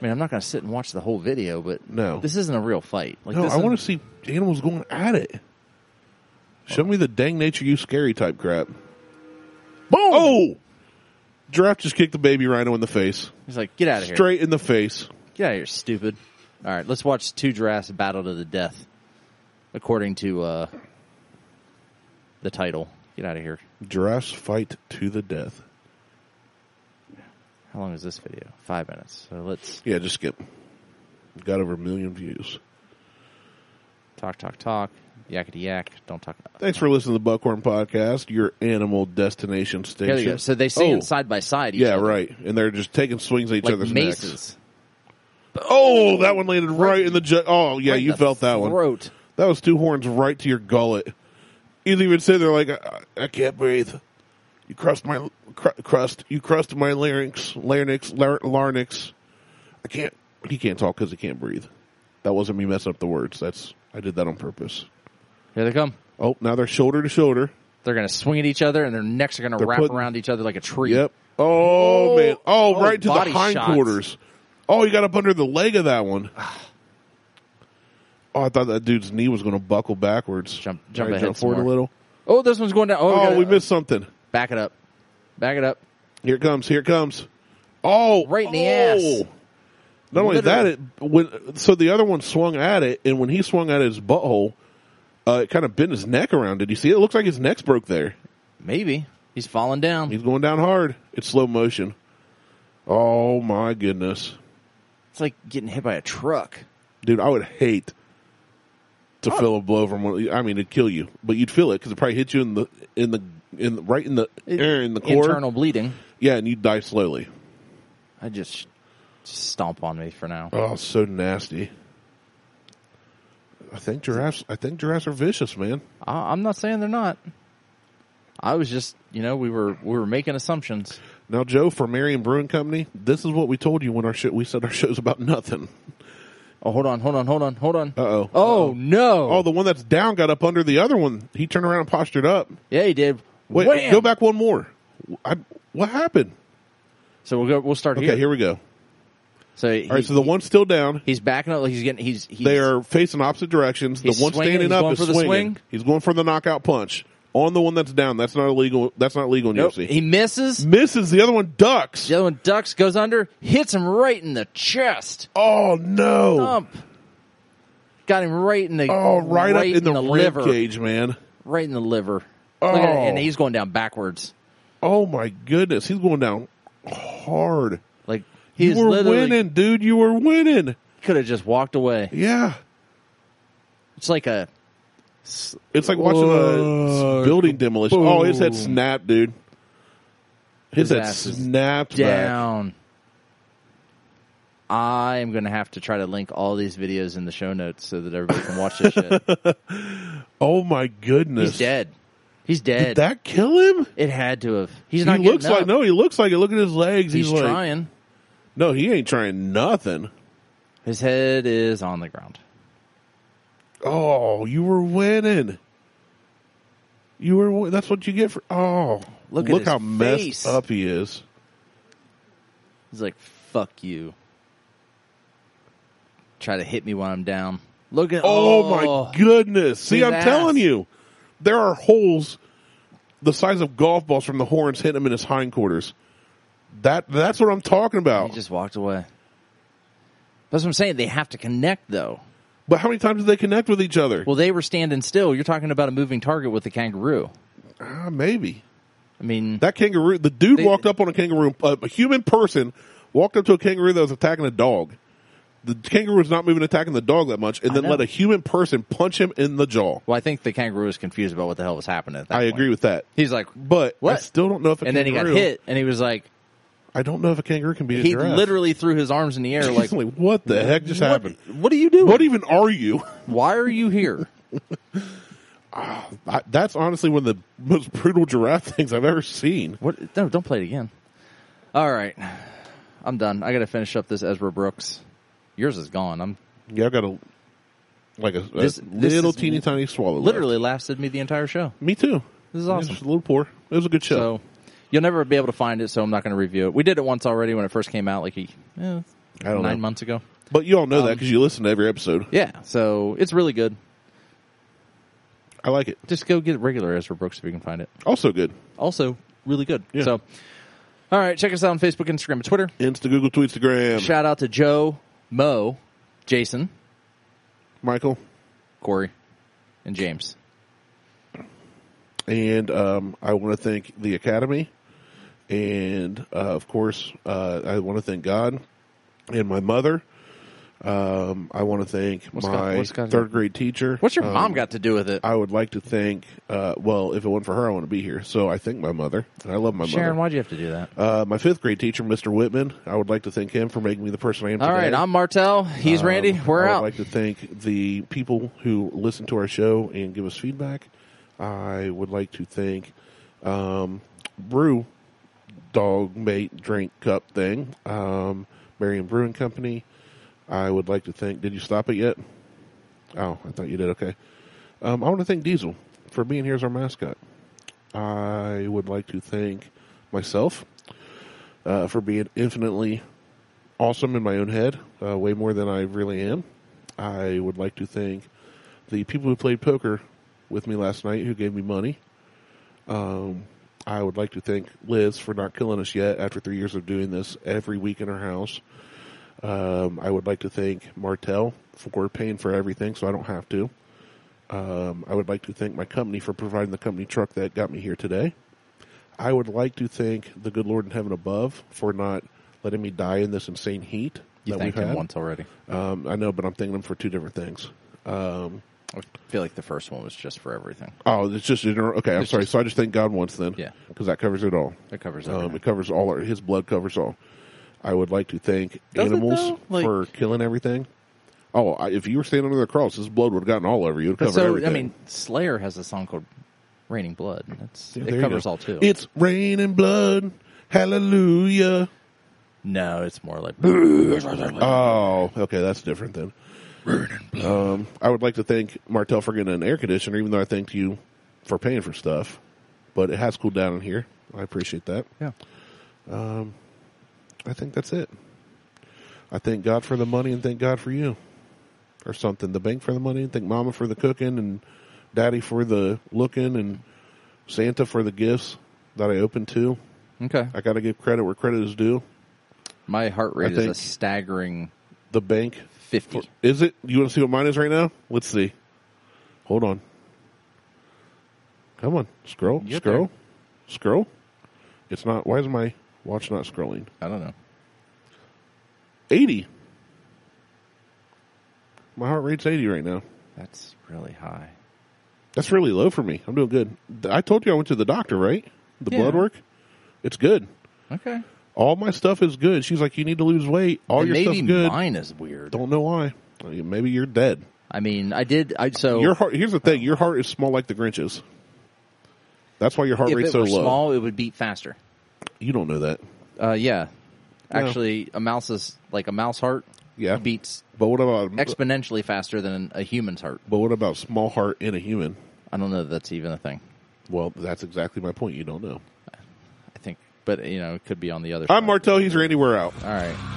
mean, I'm not gonna sit and watch the whole video, but
No.
this isn't a real fight. Like,
no,
this
I want
isn't-
to see animals going at it. Show me the dang nature you scary type crap. Boom! Oh! Giraffe just kicked the baby rhino in the face.
He's like, get out of here,
Straight in the face.
get out of here, stupid. All right, let's watch two giraffes battle to the death, according to uh, the title. Get out of here.
Giraffes fight to the death.
How long is this video? Five minutes. So let's
Yeah, just skip. Got over a million views.
talk, talk, talk. Yakety yak. Don't talk.
Thanks for listening to the Buckhorn Podcast, your animal destination
There
station.
you go. So they stand
Oh,
side by side. Each
Yeah,
other,
right. And they're just taking swings at each
Like
other's
maces.
necks. Oh, that one landed right, in the ju- Oh, yeah,
Right in
you
the
felt that one.
Throat.
That was two horns right to your gullet. You didn't even sit there like, I, I can't breathe. You crushed my cr- crust. You crusted my larynx, larynx, lar- larynx. I can't. He can't talk because he can't breathe. That wasn't me messing up the words. That's I did that on purpose.
Here they come.
Oh, now they're shoulder to shoulder.
They're going to swing at each other, and their necks are going to
They're
wrap
putting-
around each other like a tree.
Yep. Oh,
Oh,
man. Oh,
oh,
right to the
body
hindquarters. Oh, he got up under the leg of that one.
Ah.
Oh, I thought that dude's knee was going to buckle backwards.
Jump- jump
Alright,
ahead
jump forward
some
a
more.
little.
Oh, this one's going down. Oh,
Oh,
gotta-
we missed something.
Back it up. Back it up.
Here it comes. Here it comes. Oh,
Right in the
oh.
ass.
Not only that,
Literally.
it when so the other one swung at it, and when he swung at his butthole, uh, it kind of bent his neck around. Did you see? It It looks like his neck's broke there.
Maybe he's falling down.
He's going down hard. It's slow motion. Oh my goodness,
It's like getting hit by a truck.
dude! I would hate to feel a blow from one. I mean, it'd kill you, but you'd feel it because it probably hit you in the in the in the, right in the er, in the core.
Internal bleeding.
Yeah, and you'd die slowly.
I just, just stomp on me for now.
Oh, so nasty. I think giraffes. I think giraffes are vicious, man.
I, I'm not saying they're not. I was just, you know, we were we were making assumptions.
Now, Joe from Marion Brewing Company, this is what we told you when our show, we said our show's about nothing.
Oh, hold on, hold on, hold on, hold on.
Uh-oh.
Oh
Uh, Uh-oh.
no.
Oh, the one that's down got up under the other one. He turned around and postured up.
yeah, he did.
Wait,
Wham!
go back one more. I, what happened?
So we'll go. We'll start
Okay,
here.
here we go.
So, he,
All right, so the one's still down.
he's backing up. like He's getting. He's, he's
They are facing opposite directions. The
He's
one
swinging,
standing
he's
up
going
is
for the
swinging.
swing.
He's going for the knockout punch on the one that's down. That's not illegal. That's not legal in
Nope,
UFC.
he misses.
misses. The other one ducks.
The other one ducks, goes under, hits him right in the chest.
Oh no!
Thump. Got him right in the.
Oh, right, up in, the, rib
liver.
cage, man.
Right in the liver.
Oh.
Look at it, and he's going down backwards.
Oh my goodness, he's going down hard.
Like he's
you were
literally
winning, dude. You were winning.
could have just walked away.
Yeah,
It's like a
it's like watching a
Whoa.
s- building demolition. Oh, his head
Boom.
snapped, dude. His,
His
head
ass is
snapped back.
down. I am going to have to try to link all these videos in the show notes so that everybody can watch this shit.
Oh my goodness,
He's dead. He's
Did
dead.
that kill him?
it had to have. He's
he
not.
looks
getting
like
up.
no. He looks like it. Look at his legs.
He's,
He's, like,
trying.
no, he ain't trying nothing.
His head is on the ground.
Oh, you were winning. You were. win- That's what you get for. Oh,
Look at
look
his
how
face.
messed up he is.
He's like, "Fuck you." Try to hit me when I'm down. Look at
Oh, my goodness! See,
His
I'm
ass.
telling you, there are holes the size of golf balls from the horns hitting him in his hindquarters. That that's what I'm talking
He
about.
just walked away. That's what I'm saying. They have to connect though.
but how many times do they connect with each other?
Well, they were standing still. You're talking about a moving target with a kangaroo.
Ah, maybe
I mean,
that kangaroo. The dude
They-
walked up on a kangaroo. A, a human person walked up to a kangaroo that was attacking a dog. The kangaroo was not moving, attacking the dog that much, and
I
then
know.
let a human person punch him in the jaw.
well, I think the kangaroo was confused about what the hell was happening. At that
I
point.
agree with that.
He's like,
But I
What?
still don't know if a
and then he
kangaroo,
got hit, and he was like,
I don't know if a kangaroo can beat a
he
giraffe.
literally threw his arms in the air, like,
Like, what the heck just
what,
happened?
what are you doing?
What even are you?
Why are you here?
I, that's honestly one of the most brutal giraffe things I've ever seen.
What? No, don't play it again. All right, I'm done. I got to finish up this Ezra Brooks. Yours is gone. I'm
Yeah, I've got a like a, a
This- this
little
is
teeny tiny swallow. left.
literally lasted me the entire show.
me too.
This
It was
is awesome.
just a little poor. It was a good show.
So you'll never be able to find it, so I'm not going to review it. We did it once already when it first came out, like eh, nine
I don't know,
months ago.
but you all know that 'cause that
Um,
because you listen to every episode.
Yeah, so it's really good.
I like it.
Just go get regular Ezra Brooks if you can find it.
Also good.
Also, really good.
Yeah.
So, all right, check us out on Facebook, Instagram, and Twitter.
Insta Google tweets the gram.
Shout out to Joe, Mo, Jason,
Michael,
Corey, and James.
And um, I want to thank the Academy. And uh, of course, uh, I want to thank God and my mother. Um, I want to thank
What's
my
got- what's got-
third grade teacher.
What's your
Um,
mom got to do with it?
I would like to thank, uh, well, if it weren't for her, I want to be here. So I thank my mother, and I love my
Sharon,
mother.
why'd you have to do that?
Uh, my fifth grade teacher, Mr. Whitman, I would like to thank him for making me the person I am
All
today.
right, I'm Martell. He's
Um,
Randy. We're
I
out.
would like to thank the people who listen to our show and give us feedback. I would like to thank um, Brew Dog Mate Drink Cup thing, um, Marion Brewing Company. I would like to thank. Did you stop it yet? Oh, I thought you did. Okay. Um, I want to thank Diesel for being here as our mascot. I would like to thank myself uh, for being infinitely awesome in my own head, uh, way more than I really am. I would like to thank the people who played poker with me last night who gave me money. Um, I would like to thank Liz for not killing us yet after three years of doing this every week in her house. Um, I would like to thank Martel for paying for everything so I don't have to. Um, I would like to thank my company for providing the company truck that got me here today. I would like to thank the good Lord in heaven above for not letting me die in this insane heat
you
that
thanked
we've
him
had.
once already.
Um, I know, but I'm thanking him for two different things. Um,
I feel like the first one was just for everything.
oh, it's just in okay. I'm
It's
sorry.
just-
so I just thank God once then,
Yeah.
because that covers it all.
That covers
Um,
everything.
it covers all. Our, his blood covers all. I would like to thank
Does it,
animals
though? Like-
for killing everything. Oh, I, if you were standing under the cross, his blood would have gotten all over you. It
But
covered
so
everything.
I mean, Slayer has a song called "Raining Blood." and That's
Yeah, there
it
you
covers
go.
all two.
It's raining blood. Hallelujah.
no, it's more like
Oh, okay, that's different then. Um, I would like to thank Martel for getting an air conditioner, even though I thanked you for paying for stuff. But it has cooled down in here. I appreciate that.
yeah.
I think that's it. I thank God for the money and thank God for you, or something. The bank for the money and thank Mama for the cooking and Daddy for the looking and Santa for the gifts that I opened to.
Okay,
I got to give credit where credit is due.
my heart rate
I
is a
think-
staggering
The bank
fifty.
Is it? You want to see what mine is right now? Let's see. Hold on. Come on, scroll,
Get
scroll,
there.
scroll. It's not. Why is my watch not scrolling?
I don't know.
Eighty. My heart rate's eighty right now.
That's really high.
That's really low for me. I'm doing good. Th- I told you I went to the doctor, right? The
Yeah.
blood work. It's good.
Okay,
All my stuff is good. She's like, you need to lose weight. All
And
your
maybe
stuff's good.
mine is weird.
Don't know why. I mean, Maybe you're dead.
I mean, I did. I so
Your heart. Here's the thing. Your heart is small like the Grinch's. That's why your heart
if
rate's
it
so
were
low.
small, it would beat faster.
You don't know that.
Uh, yeah,
No.
actually, a mouse is like a mouse heart.
Yeah.
beats
But what about?
exponentially faster than a human's heart.
but what about small heart in a human?
I don't know if that's even a thing.
Well, that's exactly my point. You don't know.
I think, but you know, it could be on the other.
I'm
side.
Martel. He's Randy. We're out.
All right.